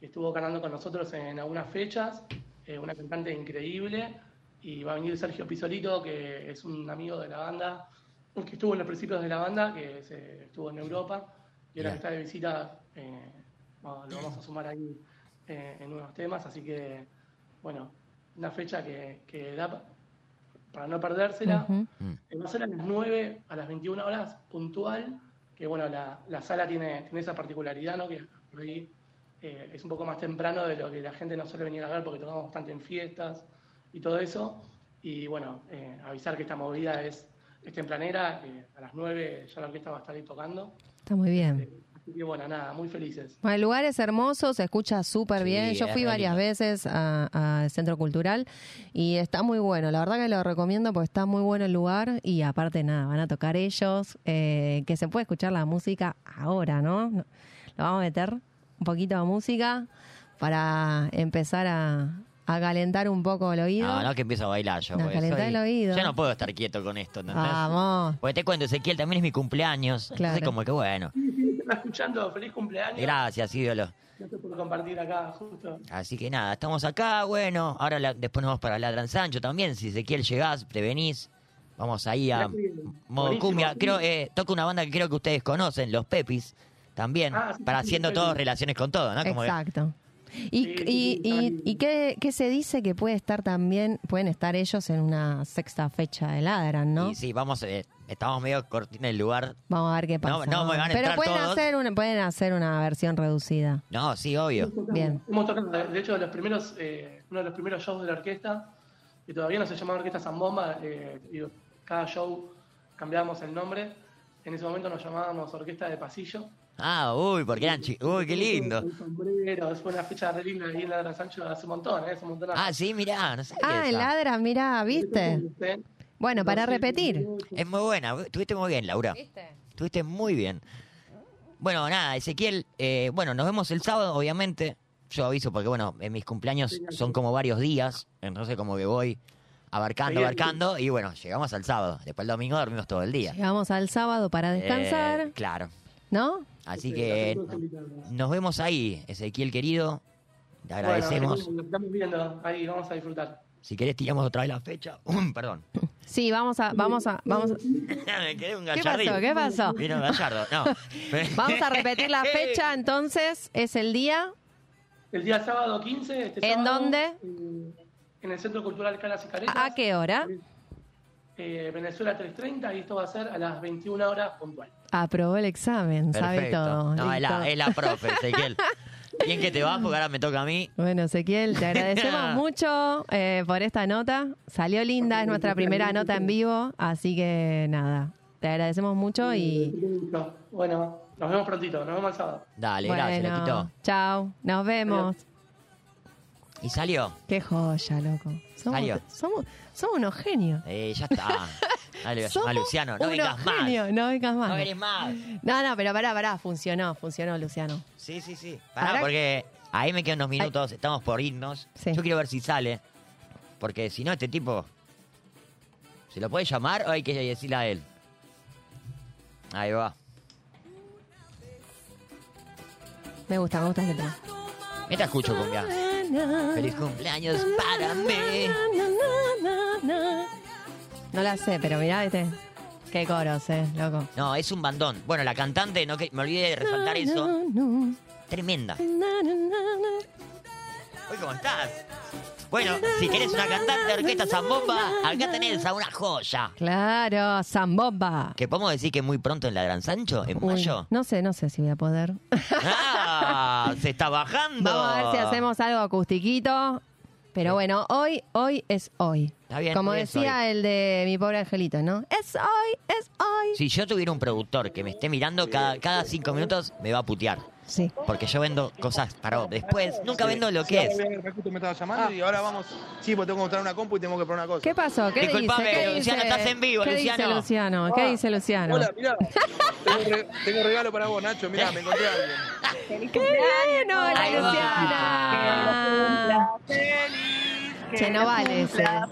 Speaker 9: que estuvo ganando con nosotros en algunas fechas, eh, una cantante increíble. Y va a venir Sergio Pisolito, que es un amigo de la banda, que estuvo en los principios de la banda, que se- estuvo en Europa, y
Speaker 4: Bien.
Speaker 9: ahora que está de visita, eh, bueno, lo vamos a sumar ahí eh, en unos temas. Así que, bueno, una fecha que, que da pa- para no perdérsela.
Speaker 5: Ujú.
Speaker 9: Eh, Va a ser a las 9, a las 21 horas, puntual, que bueno, la, la sala tiene, tiene esa particularidad, ¿no? Que por ahí, eh, es un poco más temprano de lo que la gente no suele venir a ver porque tocamos bastante en fiestas y todo eso. Y bueno, eh, avisar que esta movida es, es tempranera, eh, a las 9 ya la orquesta va a estar ahí tocando.
Speaker 5: Está muy bien.
Speaker 9: Así que bueno, nada, muy felices.
Speaker 5: Bueno, el lugar es hermoso, se escucha súper
Speaker 9: Sí,
Speaker 5: bien. Yo
Speaker 9: es
Speaker 5: fui
Speaker 9: re
Speaker 5: varias veces a- al Centro Cultural y está muy bueno. La verdad que lo recomiendo porque está muy bueno el lugar y aparte nada, van a tocar ellos, eh, que se puede escuchar la música ahora, ¿no? Lo vamos a meter un poquito de música para empezar a, a calentar un poco el oído.
Speaker 9: Ah,
Speaker 4: No, no que empiezo a bailar yo.
Speaker 5: No,
Speaker 4: porque
Speaker 5: calentá
Speaker 4: soy-
Speaker 5: el oído.
Speaker 4: Yo no puedo estar quieto con esto, ¿entendés?
Speaker 5: Vamos.
Speaker 4: Porque te cuento, Ezequiel, también es mi cumpleaños. Entonces,
Speaker 5: Claro.
Speaker 4: como que bueno.
Speaker 9: ¿Estás escuchando? ¡Feliz cumpleaños!
Speaker 4: Gracias, ídolo.
Speaker 9: Gracias por compartir acá, justo.
Speaker 4: Así que nada, estamos acá, bueno. Ahora la- después nos vamos para Ladran Sancho también. Si Ezequiel llegás, te venís. Vamos ahí a modo
Speaker 9: Buenísimo.
Speaker 4: cumbia. Creo, eh, toca una banda que creo que ustedes conocen, los Pepis, también.
Speaker 5: Ah, sí,
Speaker 4: para
Speaker 5: sí,
Speaker 4: haciendo
Speaker 5: sí.
Speaker 4: todos relaciones con todo, ¿no? Ah, Como que-
Speaker 5: Exacto. ¿Y, y, y, y qué, qué se dice que puede estar también, pueden estar ellos en una sexta fecha de Ladran, ¿no?
Speaker 4: y sí, vamos, eh, estamos medio cortina el lugar.
Speaker 5: Vamos a ver qué pasa.
Speaker 4: no, me van a
Speaker 5: Pero
Speaker 4: entrar
Speaker 5: pueden
Speaker 4: todos.
Speaker 5: hacer una, pueden hacer una versión reducida.
Speaker 4: No, sí, obvio.
Speaker 5: Bien.
Speaker 9: Hemos tocado, de de hecho, los primeros, eh, uno de los primeros shows de la orquesta, que todavía no se llamaba Orquesta Zambomba, eh, digo, cada show cambiábamos el nombre. En ese momento nos llamábamos Orquesta de Pasillo.
Speaker 4: Ah, uy, porque eran chi- Uy, qué lindo.
Speaker 9: Con sombrero, fue una fecha re linda ahí en Ladra Sancho hace un montón, ¿eh? hace un montón.
Speaker 4: Ah, sí, mirá, no sabía
Speaker 5: Ah, el
Speaker 4: esa.
Speaker 5: Ladra, mirá, ¿viste? Bueno, para repetir.
Speaker 4: Es muy buena, estuviste muy bien, Laura. Estuviste muy bien. Bueno, nada, Ezequiel, eh, bueno, nos vemos el sábado, obviamente. Yo aviso porque, bueno, en mis cumpleaños son como varios días, entonces como que voy abarcando,
Speaker 5: Seguí.
Speaker 4: abarcando, y bueno, llegamos al sábado. Después el domingo dormimos todo el día.
Speaker 5: Llegamos al sábado para descansar,
Speaker 4: Eh, claro.
Speaker 5: ¿no?
Speaker 4: Así que nos vemos ahí, Ezequiel querido. Te agradecemos.
Speaker 9: Bueno, nos estamos viendo, ahí vamos a disfrutar.
Speaker 4: Si querés tiramos otra vez la fecha. Perdón.
Speaker 5: Sí, vamos a, vamos a, vamos a,
Speaker 4: Me quedé un
Speaker 5: ¿Qué
Speaker 4: gallardín.
Speaker 5: pasó? ¿Qué pasó?
Speaker 4: Vino un gallardo, no.
Speaker 5: vamos a repetir la fecha. Entonces es el día.
Speaker 9: El día sábado 15, este
Speaker 5: ¿En
Speaker 9: sábado,
Speaker 5: dónde?
Speaker 9: eh, En el Centro Cultural Caras y Caretas.
Speaker 5: ¿A qué hora? ah.
Speaker 9: eh, Venezuela 330 y esto va a ser a las 21 horas puntual.
Speaker 5: Aprobó el examen, sabe
Speaker 4: Perfecto.
Speaker 5: todo.
Speaker 4: No, es
Speaker 5: listo.
Speaker 4: la, es la profe, Ezequiel. Bien que te vas, porque ahora me toca a mí.
Speaker 5: Bueno, Ezequiel, te agradecemos mucho eh, por esta nota. Salió linda, es nuestra primera nota en vivo, así que nada, te agradecemos mucho y
Speaker 9: No, bueno, nos vemos prontito, nos vemos el sábado.
Speaker 4: Dale, gracias,
Speaker 5: bueno,
Speaker 4: Loquito.
Speaker 5: chao, nos vemos.
Speaker 4: Y salió.
Speaker 5: Qué joya, loco. Somos,
Speaker 4: Salió.
Speaker 5: somos, somos unos genios.
Speaker 4: Eh, ya está. Dale, a
Speaker 5: Somos
Speaker 4: Luciano, no
Speaker 5: unos
Speaker 4: vengas más.
Speaker 5: genios, No vengas más.
Speaker 4: No venís más.
Speaker 5: No, no, pero pará, pará, funcionó, funcionó, Luciano.
Speaker 4: Sí, sí, sí.
Speaker 5: Pará.
Speaker 4: Pará, porque Ahí me quedan unos minutos, estamos por irnos. Yo quiero ver si sale. Porque si no, este tipo. ¿Se lo puede llamar o hay que decirle a él? Ahí va.
Speaker 5: Me gusta, me gusta el tema.
Speaker 4: Mientras escucho cumbia. Feliz cumpleaños para mí.
Speaker 5: No la sé, pero mirá, viste. Qué coros, eh, loco.
Speaker 4: No, es un bandón. Bueno, la cantante, no que, me olvidé de resaltar eso. Tremenda. Uy, ¿cómo estás? Bueno, si querés una cantante de orquesta zambomba, acá tenés a una joya.
Speaker 5: Claro, Zambomba.
Speaker 4: Que podemos decir que muy pronto en la Gran Sancho, en
Speaker 5: Uy,
Speaker 4: mayo.
Speaker 5: no sé, no sé si voy a poder.
Speaker 4: ¡Ah! Se está bajando.
Speaker 5: Vamos a ver si hacemos algo acustiquito. Pero bueno, hoy, hoy es hoy.
Speaker 4: Está bien,
Speaker 5: Como
Speaker 4: hoy es
Speaker 5: decía el de mi pobre angelito, ¿no? Es hoy, es hoy.
Speaker 4: Si yo tuviera un productor que me esté mirando cada, cada cinco minutos, me va a putear.
Speaker 5: Sí.
Speaker 4: Porque yo vendo cosas para vos. Después, nunca vendo lo que es.
Speaker 8: Justo me estaba llamando y ahora vamos. Sí, pues tengo que comprar una compu y tengo que comprar una cosa.
Speaker 5: ¿Qué pasó? ¿Qué
Speaker 4: Disculpame,
Speaker 5: dice? ¿Qué
Speaker 4: Luciano,
Speaker 5: dice?
Speaker 4: estás en vivo,
Speaker 5: ¿Qué
Speaker 4: Luciano.
Speaker 5: Dice Luciano? ¿Qué
Speaker 8: Ah.
Speaker 5: dice Luciano?
Speaker 8: Hola, mirá. tengo, un re- tengo un regalo para vos, Nacho. Mirá, me encontré a alguien.
Speaker 4: Ah,
Speaker 5: ¡Qué bien! ¡Hola,
Speaker 10: Ahí va.
Speaker 5: Luciana! Che, no vale ese, ¿no?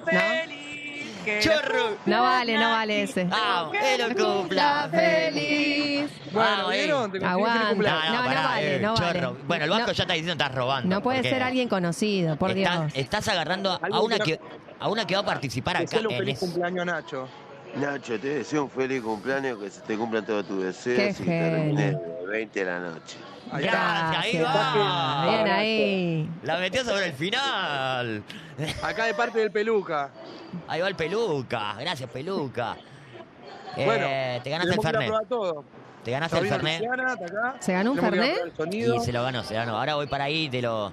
Speaker 4: ¡Chorro!
Speaker 5: No vale, no vale ese.
Speaker 4: ¡Vamos! ¡Que lo
Speaker 5: cumpla feliz!
Speaker 4: Bueno,
Speaker 8: ¿vieron? Te cumplí feliz
Speaker 5: Aguanta.
Speaker 8: cumpleaños.
Speaker 5: No, no
Speaker 4: pará,
Speaker 5: vale,
Speaker 4: eh,
Speaker 5: no vale.
Speaker 4: chorro. Bueno, el banco
Speaker 5: No.
Speaker 4: ya está diciendo estás robando.
Speaker 5: No puede
Speaker 4: porque
Speaker 5: ser alguien conocido, por
Speaker 4: estás-
Speaker 5: Dios.
Speaker 4: Estás agarrando a una que a una que va a participar acá.
Speaker 8: Hacele un
Speaker 4: en
Speaker 8: feliz
Speaker 4: es-
Speaker 8: cumpleaños a Nacho.
Speaker 11: Nacho, te deseo un feliz cumpleaños, que se te cumplan todos tus
Speaker 5: Qué
Speaker 11: deseos y
Speaker 5: genio.
Speaker 11: termines de 20 de la noche.
Speaker 4: Gracias, ahí va.
Speaker 5: Gracias. Bien eh. ahí.
Speaker 4: La metió sobre el final.
Speaker 8: Acá de parte del Peluca.
Speaker 4: Ahí va el Peluca. Gracias, Peluca.
Speaker 8: Bueno,
Speaker 4: Eh, te ganaste el
Speaker 8: tenemos que ir a
Speaker 4: Fernet.
Speaker 8: probar todo.
Speaker 4: Te ganaste el
Speaker 8: Sabrina
Speaker 4: Fernet.
Speaker 8: Luciana, está acá.
Speaker 5: ¿Se ganó un
Speaker 8: Tenemos que ir a
Speaker 5: Fernet?
Speaker 8: probar el sonido.
Speaker 4: Y se lo ganó, se lo ganó. Ahora voy para ahí y te lo,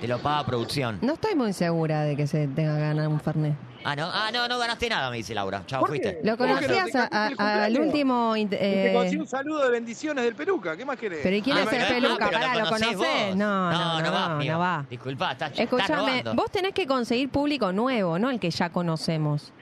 Speaker 4: te lo paga producción.
Speaker 5: No estoy muy segura de que se tenga que ganar un Fernet.
Speaker 4: Ah, no, ah, no, no ganaste nada, me dice Laura. Chao, fuiste.
Speaker 5: Lo conocías a- a- al último. int-
Speaker 8: Y te
Speaker 5: eh,
Speaker 8: conseguí un saludo de bendiciones del Peluca. ¿Qué más querés?
Speaker 5: Pero
Speaker 4: Ah,
Speaker 5: ¿y quién es el peluca? Pará, ¿lo
Speaker 4: conocés
Speaker 5: conocés?
Speaker 4: vos.
Speaker 5: No, no, no,
Speaker 4: va,
Speaker 5: no,
Speaker 4: amigo.
Speaker 5: no va.
Speaker 4: Disculpa, estás, estás
Speaker 5: Escúchame,
Speaker 4: robando.
Speaker 5: vos tenés que conseguir público nuevo, no el que ya conocemos.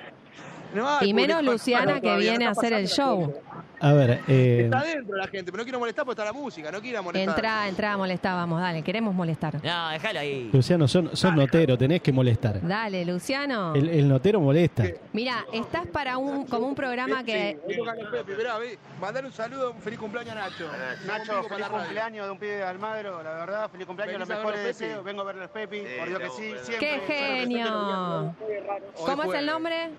Speaker 8: No hay
Speaker 5: Y menos
Speaker 8: público
Speaker 5: Luciana
Speaker 8: actual
Speaker 5: que
Speaker 8: todavía,
Speaker 5: viene
Speaker 8: no
Speaker 5: a
Speaker 8: está
Speaker 5: hacer el
Speaker 8: pasando
Speaker 5: show.
Speaker 6: A ver, eh,
Speaker 8: Está adentro la gente, pero no quiero molestar porque está la música, no quiero molestar.
Speaker 5: Entrá, entrá, molestá, vamos, dale, queremos molestar.
Speaker 4: No, déjalo ahí.
Speaker 6: Luciano, son, son notero, tenés que molestar.
Speaker 5: Dale, Luciano.
Speaker 6: El, el notero molesta.
Speaker 5: Mira, estás para un como un programa que
Speaker 8: Sí, voy tocando el Pepe, esperá, ve, mandale un saludo, un feliz cumpleaños a Nacho.
Speaker 12: Nacho, feliz cumpleaños de un pibe de Almagro, la verdad, feliz cumpleaños, los
Speaker 8: Venís a verlo,
Speaker 12: mejores
Speaker 8: Pepe.
Speaker 12: deseos, vengo a verlo al Pepi, por Dios que sí, siempre.
Speaker 5: ¡Qué genio! ¿Cómo es el nombre?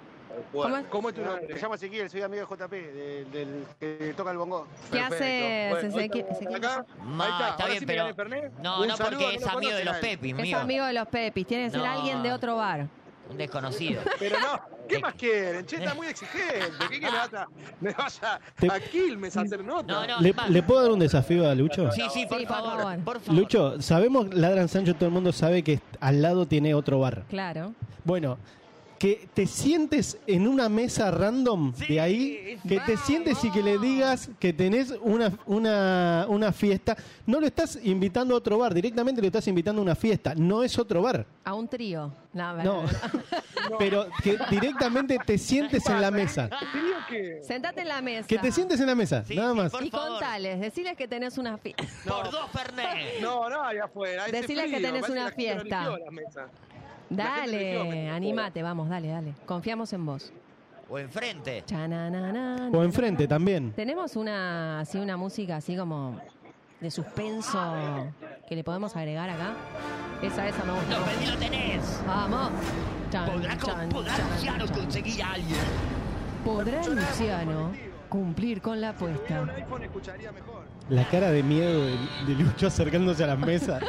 Speaker 5: ¿Cómo es?
Speaker 8: ¿Cómo es tu nombre?
Speaker 12: Me llamo Ezequiel, soy amigo de JP, del, del que toca el bongo.
Speaker 5: ¿Qué hace
Speaker 12: Perfecto. Bueno,
Speaker 5: Ezequiel? Ezequiel?
Speaker 4: Ma, está, bien, pero. No,
Speaker 12: Un
Speaker 4: no,
Speaker 12: saludo,
Speaker 4: porque
Speaker 12: no
Speaker 4: es
Speaker 12: lo
Speaker 4: amigo de
Speaker 12: conocen
Speaker 4: los
Speaker 12: a él.
Speaker 4: Pepi,
Speaker 5: Es
Speaker 4: mío.
Speaker 5: amigo de los Pepis, tiene que ser
Speaker 4: No.
Speaker 5: alguien de otro bar.
Speaker 4: Un desconocido.
Speaker 8: Pero no, ¿qué más quieren? Che, está muy exigente. ¿Qué que me
Speaker 4: Ah.
Speaker 8: vas a, me vas a, a Quilmes a hacer nota? No,
Speaker 6: ¿Le, le puedo dar un desafío a Lucho?
Speaker 4: Sí, sí, por favor. Por favor.
Speaker 6: Lucho, sabemos, Ladran Sancho, todo el mundo sabe que al lado tiene otro bar.
Speaker 5: Claro.
Speaker 6: Bueno, que te sientes en una mesa random de ahí, que te sientes y que le digas que tenés una, una, una fiesta. No lo estás invitando a otro bar, directamente lo estás invitando a una fiesta, no es otro bar.
Speaker 5: A un trío. No,
Speaker 6: No, pero que directamente te sientes en la mesa.
Speaker 5: Sentate en la mesa.
Speaker 6: Que te sientes en la mesa, nada más.
Speaker 5: y contales, deciles que tenés una fiesta.
Speaker 4: Por dos Fernet.
Speaker 8: No, no, allá afuera. hace
Speaker 5: Decile que
Speaker 8: frío,
Speaker 5: tenés
Speaker 8: parece
Speaker 5: una
Speaker 8: que la gente
Speaker 5: fiesta.
Speaker 8: religió las mesas.
Speaker 5: Dale, animate, vamos, dale, dale. Confiamos en vos.
Speaker 4: O enfrente.
Speaker 5: Chananana.
Speaker 6: O enfrente también.
Speaker 5: Tenemos una así una música así como de suspenso que le podemos agregar acá. Esa, esa me gusta.
Speaker 4: Lo pedí, lo tenés.
Speaker 5: Vamos. Chan,
Speaker 4: Podrá, con-
Speaker 5: chan,
Speaker 4: podrá
Speaker 5: chan,
Speaker 4: Luciano
Speaker 5: chan.
Speaker 4: conseguir a alguien.
Speaker 5: ¿Podrá Luciano cumplir con la apuesta?
Speaker 6: La cara de miedo de, de Lucho acercándose a la mesa.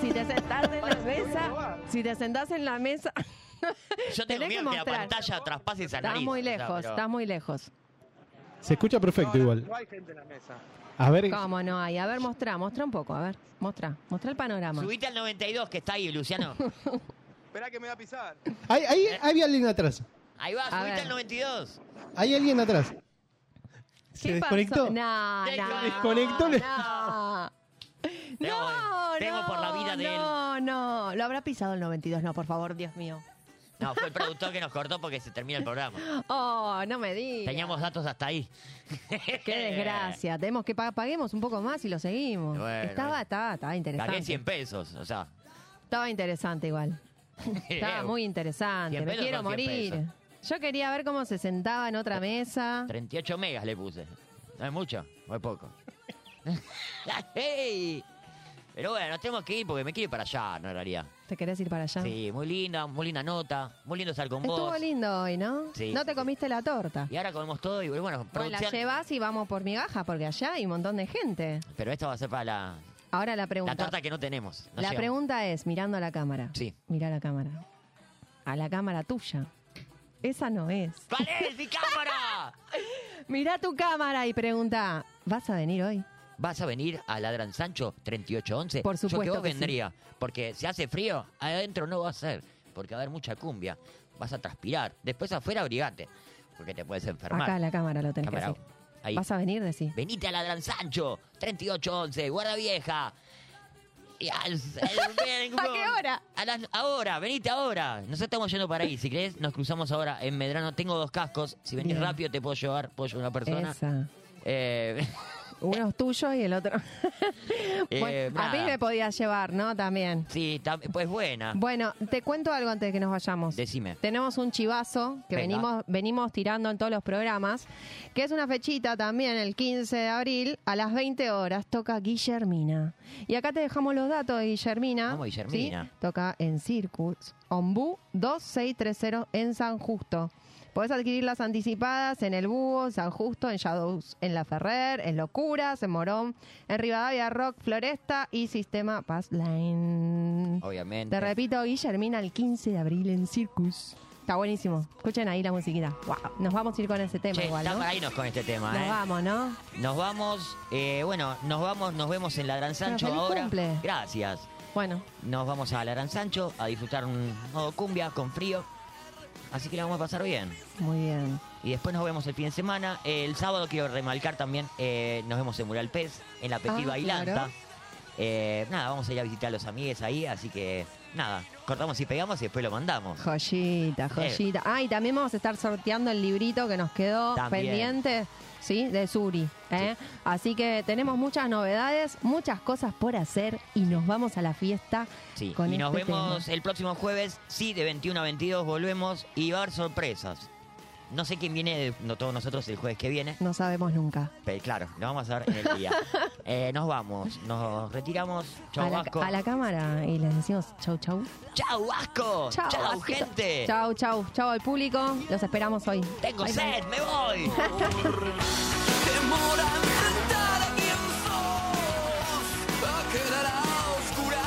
Speaker 5: Si te sentás en la mesa, si te sentás en la mesa,
Speaker 4: Yo tengo
Speaker 5: Tenés
Speaker 4: miedo
Speaker 5: que
Speaker 4: que, la
Speaker 5: mostrar.
Speaker 4: pantalla traspase esa nariz.
Speaker 5: estás muy
Speaker 4: o sea,
Speaker 5: lejos,
Speaker 4: pero-
Speaker 5: estás muy lejos.
Speaker 6: Se escucha perfecto igual.
Speaker 8: No hay gente en la mesa.
Speaker 6: A ver,
Speaker 5: ¿Cómo no hay? A ver, mostrá, mostrá un poco, a ver, mostrá, mostrá el panorama.
Speaker 4: Subite al 92 que está ahí, Luciano.
Speaker 8: Esperá que me va a pisar.
Speaker 6: hay, hay, hay alguien atrás.
Speaker 4: Ahí va,
Speaker 5: A
Speaker 4: subite
Speaker 5: ver.
Speaker 4: al 92.
Speaker 6: Hay alguien atrás. ¿Se
Speaker 5: ¿Qué pasó?
Speaker 6: desconectó?
Speaker 5: No,
Speaker 4: Se
Speaker 5: no,
Speaker 6: desconectó.
Speaker 5: No. No,
Speaker 4: Temo por la vida de él.
Speaker 5: no, no. Lo habrá pisado el 92, no, por favor, Dios mío.
Speaker 4: No, fue el productor que nos cortó porque se termina el programa.
Speaker 5: Oh, no me digas.
Speaker 4: Teníamos datos hasta ahí.
Speaker 5: Qué desgracia. Tenemos que pa- paguemos un poco más y lo seguimos.
Speaker 4: Bueno.
Speaker 5: estaba, estaba, estaba
Speaker 4: Gané
Speaker 5: interesante.
Speaker 4: 100 pesos, o sea. eh,
Speaker 5: Estaba interesante igual. Estaba muy interesante.
Speaker 4: 100
Speaker 5: Me
Speaker 4: pesos
Speaker 5: quiero
Speaker 4: son 100
Speaker 5: morir. Yo quería ver cómo se sentaba en otra mesa.
Speaker 4: 38 megas le puse. No es mucho, no es poco. ¡Ey! Pero bueno, nos tenemos que ir porque me quiero ir para allá, no, en realidad.
Speaker 5: ¿Te querés ir para allá?
Speaker 4: Sí, muy linda, muy linda nota. Muy lindo estar con
Speaker 5: Estuvo
Speaker 4: vos.
Speaker 5: lindo hoy, ¿no?
Speaker 4: Sí,
Speaker 5: no
Speaker 4: sí,
Speaker 5: te comiste la torta.
Speaker 4: Y ahora comemos todo y bueno,
Speaker 5: Bueno, Pues la
Speaker 4: producción-
Speaker 5: llevas y vamos por migaja, porque allá hay un montón de gente.
Speaker 4: Pero esto va a ser para la,
Speaker 5: Ahora la
Speaker 4: la
Speaker 5: pregunta.
Speaker 4: torta que no tenemos. No
Speaker 5: la
Speaker 4: llegamos.
Speaker 5: pregunta es, mirando a la cámara.
Speaker 4: Sí.
Speaker 5: Mira la cámara. A la cámara tuya. Esa no es.
Speaker 4: ¿Cuál es mi cámara?
Speaker 5: Mirá tu cámara y pregunta, ¿vas a venir hoy?
Speaker 4: ¿Vas a venir a Ladran Sancho 3811?
Speaker 5: Por
Speaker 4: Yo
Speaker 5: supuesto
Speaker 4: que vos
Speaker 5: que sí.
Speaker 4: vendría, porque si hace frío, adentro no va a ser, porque va a haber mucha cumbia. Vas a transpirar. Después afuera abrigate, porque te puedes enfermar.
Speaker 5: Acá a la cámara lo tenés
Speaker 4: Cámara,
Speaker 5: que hacer.
Speaker 4: ahí.
Speaker 5: ¿Vas a venir? Decí.
Speaker 4: Venite a Ladran Sancho 3811, Guarda Vieja. Y al- el-
Speaker 5: ¿A qué hora?
Speaker 4: A las- ahora, venite ahora. Nos estamos yendo para ahí. Si querés, nos cruzamos ahora en Medrano. Tengo dos cascos. Si venís
Speaker 5: Bien.
Speaker 4: rápido, te puedo llevar. Puedo llevar una persona.
Speaker 5: Esa.
Speaker 4: Eh,
Speaker 5: Uno es tuyo y el otro.
Speaker 4: eh,
Speaker 5: Bueno, a
Speaker 4: nada.
Speaker 5: mí me podías llevar, ¿no? También.
Speaker 4: Sí, tam- pues buena.
Speaker 5: Bueno, te cuento algo antes de que nos vayamos.
Speaker 4: Decime.
Speaker 5: Tenemos un chivazo que
Speaker 4: Venga.
Speaker 5: venimos, venimos tirando en todos los programas, que es una fechita también, el 15 de abril, a las 20 horas, toca Guillermina. Y acá te dejamos los datos de Guillermina.
Speaker 4: Vamos, Guillermina.
Speaker 5: ¿sí? Toca en Circus, Ombú 2630 en San Justo. Podés adquirir las anticipadas en El Búho, en San Justo, en Shadows, en La Ferrer, en Locuras, en Morón, en Rivadavia Rock, Floresta y Sistema Paz Line.
Speaker 4: Obviamente.
Speaker 5: Te repito, Guillermina el 15 de abril en Circus. Está buenísimo. Escuchen ahí la musiquita. Guau. Nos vamos a ir con ese tema
Speaker 4: Che,
Speaker 5: igual,
Speaker 4: está
Speaker 5: ¿no?
Speaker 4: para irnos con este tema,
Speaker 5: Nos
Speaker 4: ¿eh?
Speaker 5: vamos, ¿no?
Speaker 4: Nos vamos, eh, bueno, nos vamos, nos vemos en Ladran Sancho
Speaker 5: feliz
Speaker 4: ahora.
Speaker 5: cumple.
Speaker 4: Gracias.
Speaker 5: Bueno.
Speaker 4: Nos vamos a Ladran Sancho a disfrutar un modo cumbia con frío. Así que la vamos a pasar bien.
Speaker 5: Muy bien.
Speaker 4: Y después nos vemos el fin de semana. El sábado quiero remarcar también, eh, nos vemos en Mural Pez, en la Petit
Speaker 5: Ah,
Speaker 4: Bailanta.
Speaker 5: claro.
Speaker 4: Eh, nada, vamos a ir a visitar a los amigues ahí, así que nada, cortamos y pegamos y después lo mandamos. Eh.
Speaker 5: Joyita, joyita. Ah, y también vamos a estar sorteando el librito que nos quedó
Speaker 4: También.
Speaker 5: pendiente, ¿sí? De Suri. ¿eh? Así que tenemos muchas novedades, muchas cosas por hacer y nos vamos a la fiesta
Speaker 4: Sí,
Speaker 5: con
Speaker 4: y nos
Speaker 5: este
Speaker 4: vemos
Speaker 5: tema.
Speaker 4: el próximo jueves, sí, de 21 a 22 volvemos y va a haber sorpresas. No sé quién viene, de- no todos nosotros el jueves que viene,
Speaker 5: No sabemos nunca.
Speaker 4: pero claro, lo vamos a ver en el día. Eh, nos vamos, nos retiramos.
Speaker 5: a,
Speaker 4: Chau,
Speaker 5: la,
Speaker 4: Vasco.
Speaker 5: a la cámara y les decimos chau, chau.
Speaker 4: Chau, Vasco. Chau,
Speaker 5: Vasquito.
Speaker 4: gente.
Speaker 5: Chau, chau. Chau al público. Los esperamos hoy.
Speaker 4: Tengo
Speaker 5: Bye, bye.
Speaker 4: sed, me voy.
Speaker 10: Temor a cantar a quien sos, va a quedar a oscuras.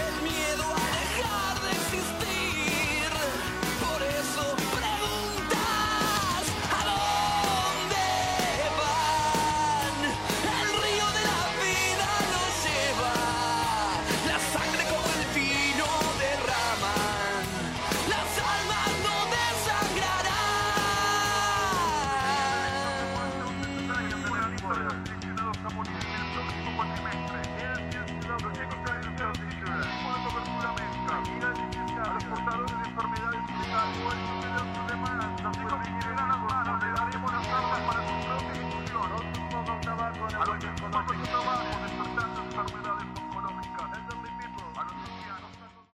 Speaker 10: El miedo a dejar de existir, por eso preguntas a dónde van. El río de la vida nos lleva, la sangre como el vino derraman, las almas no desangrarán.
Speaker 13: A los que conocen,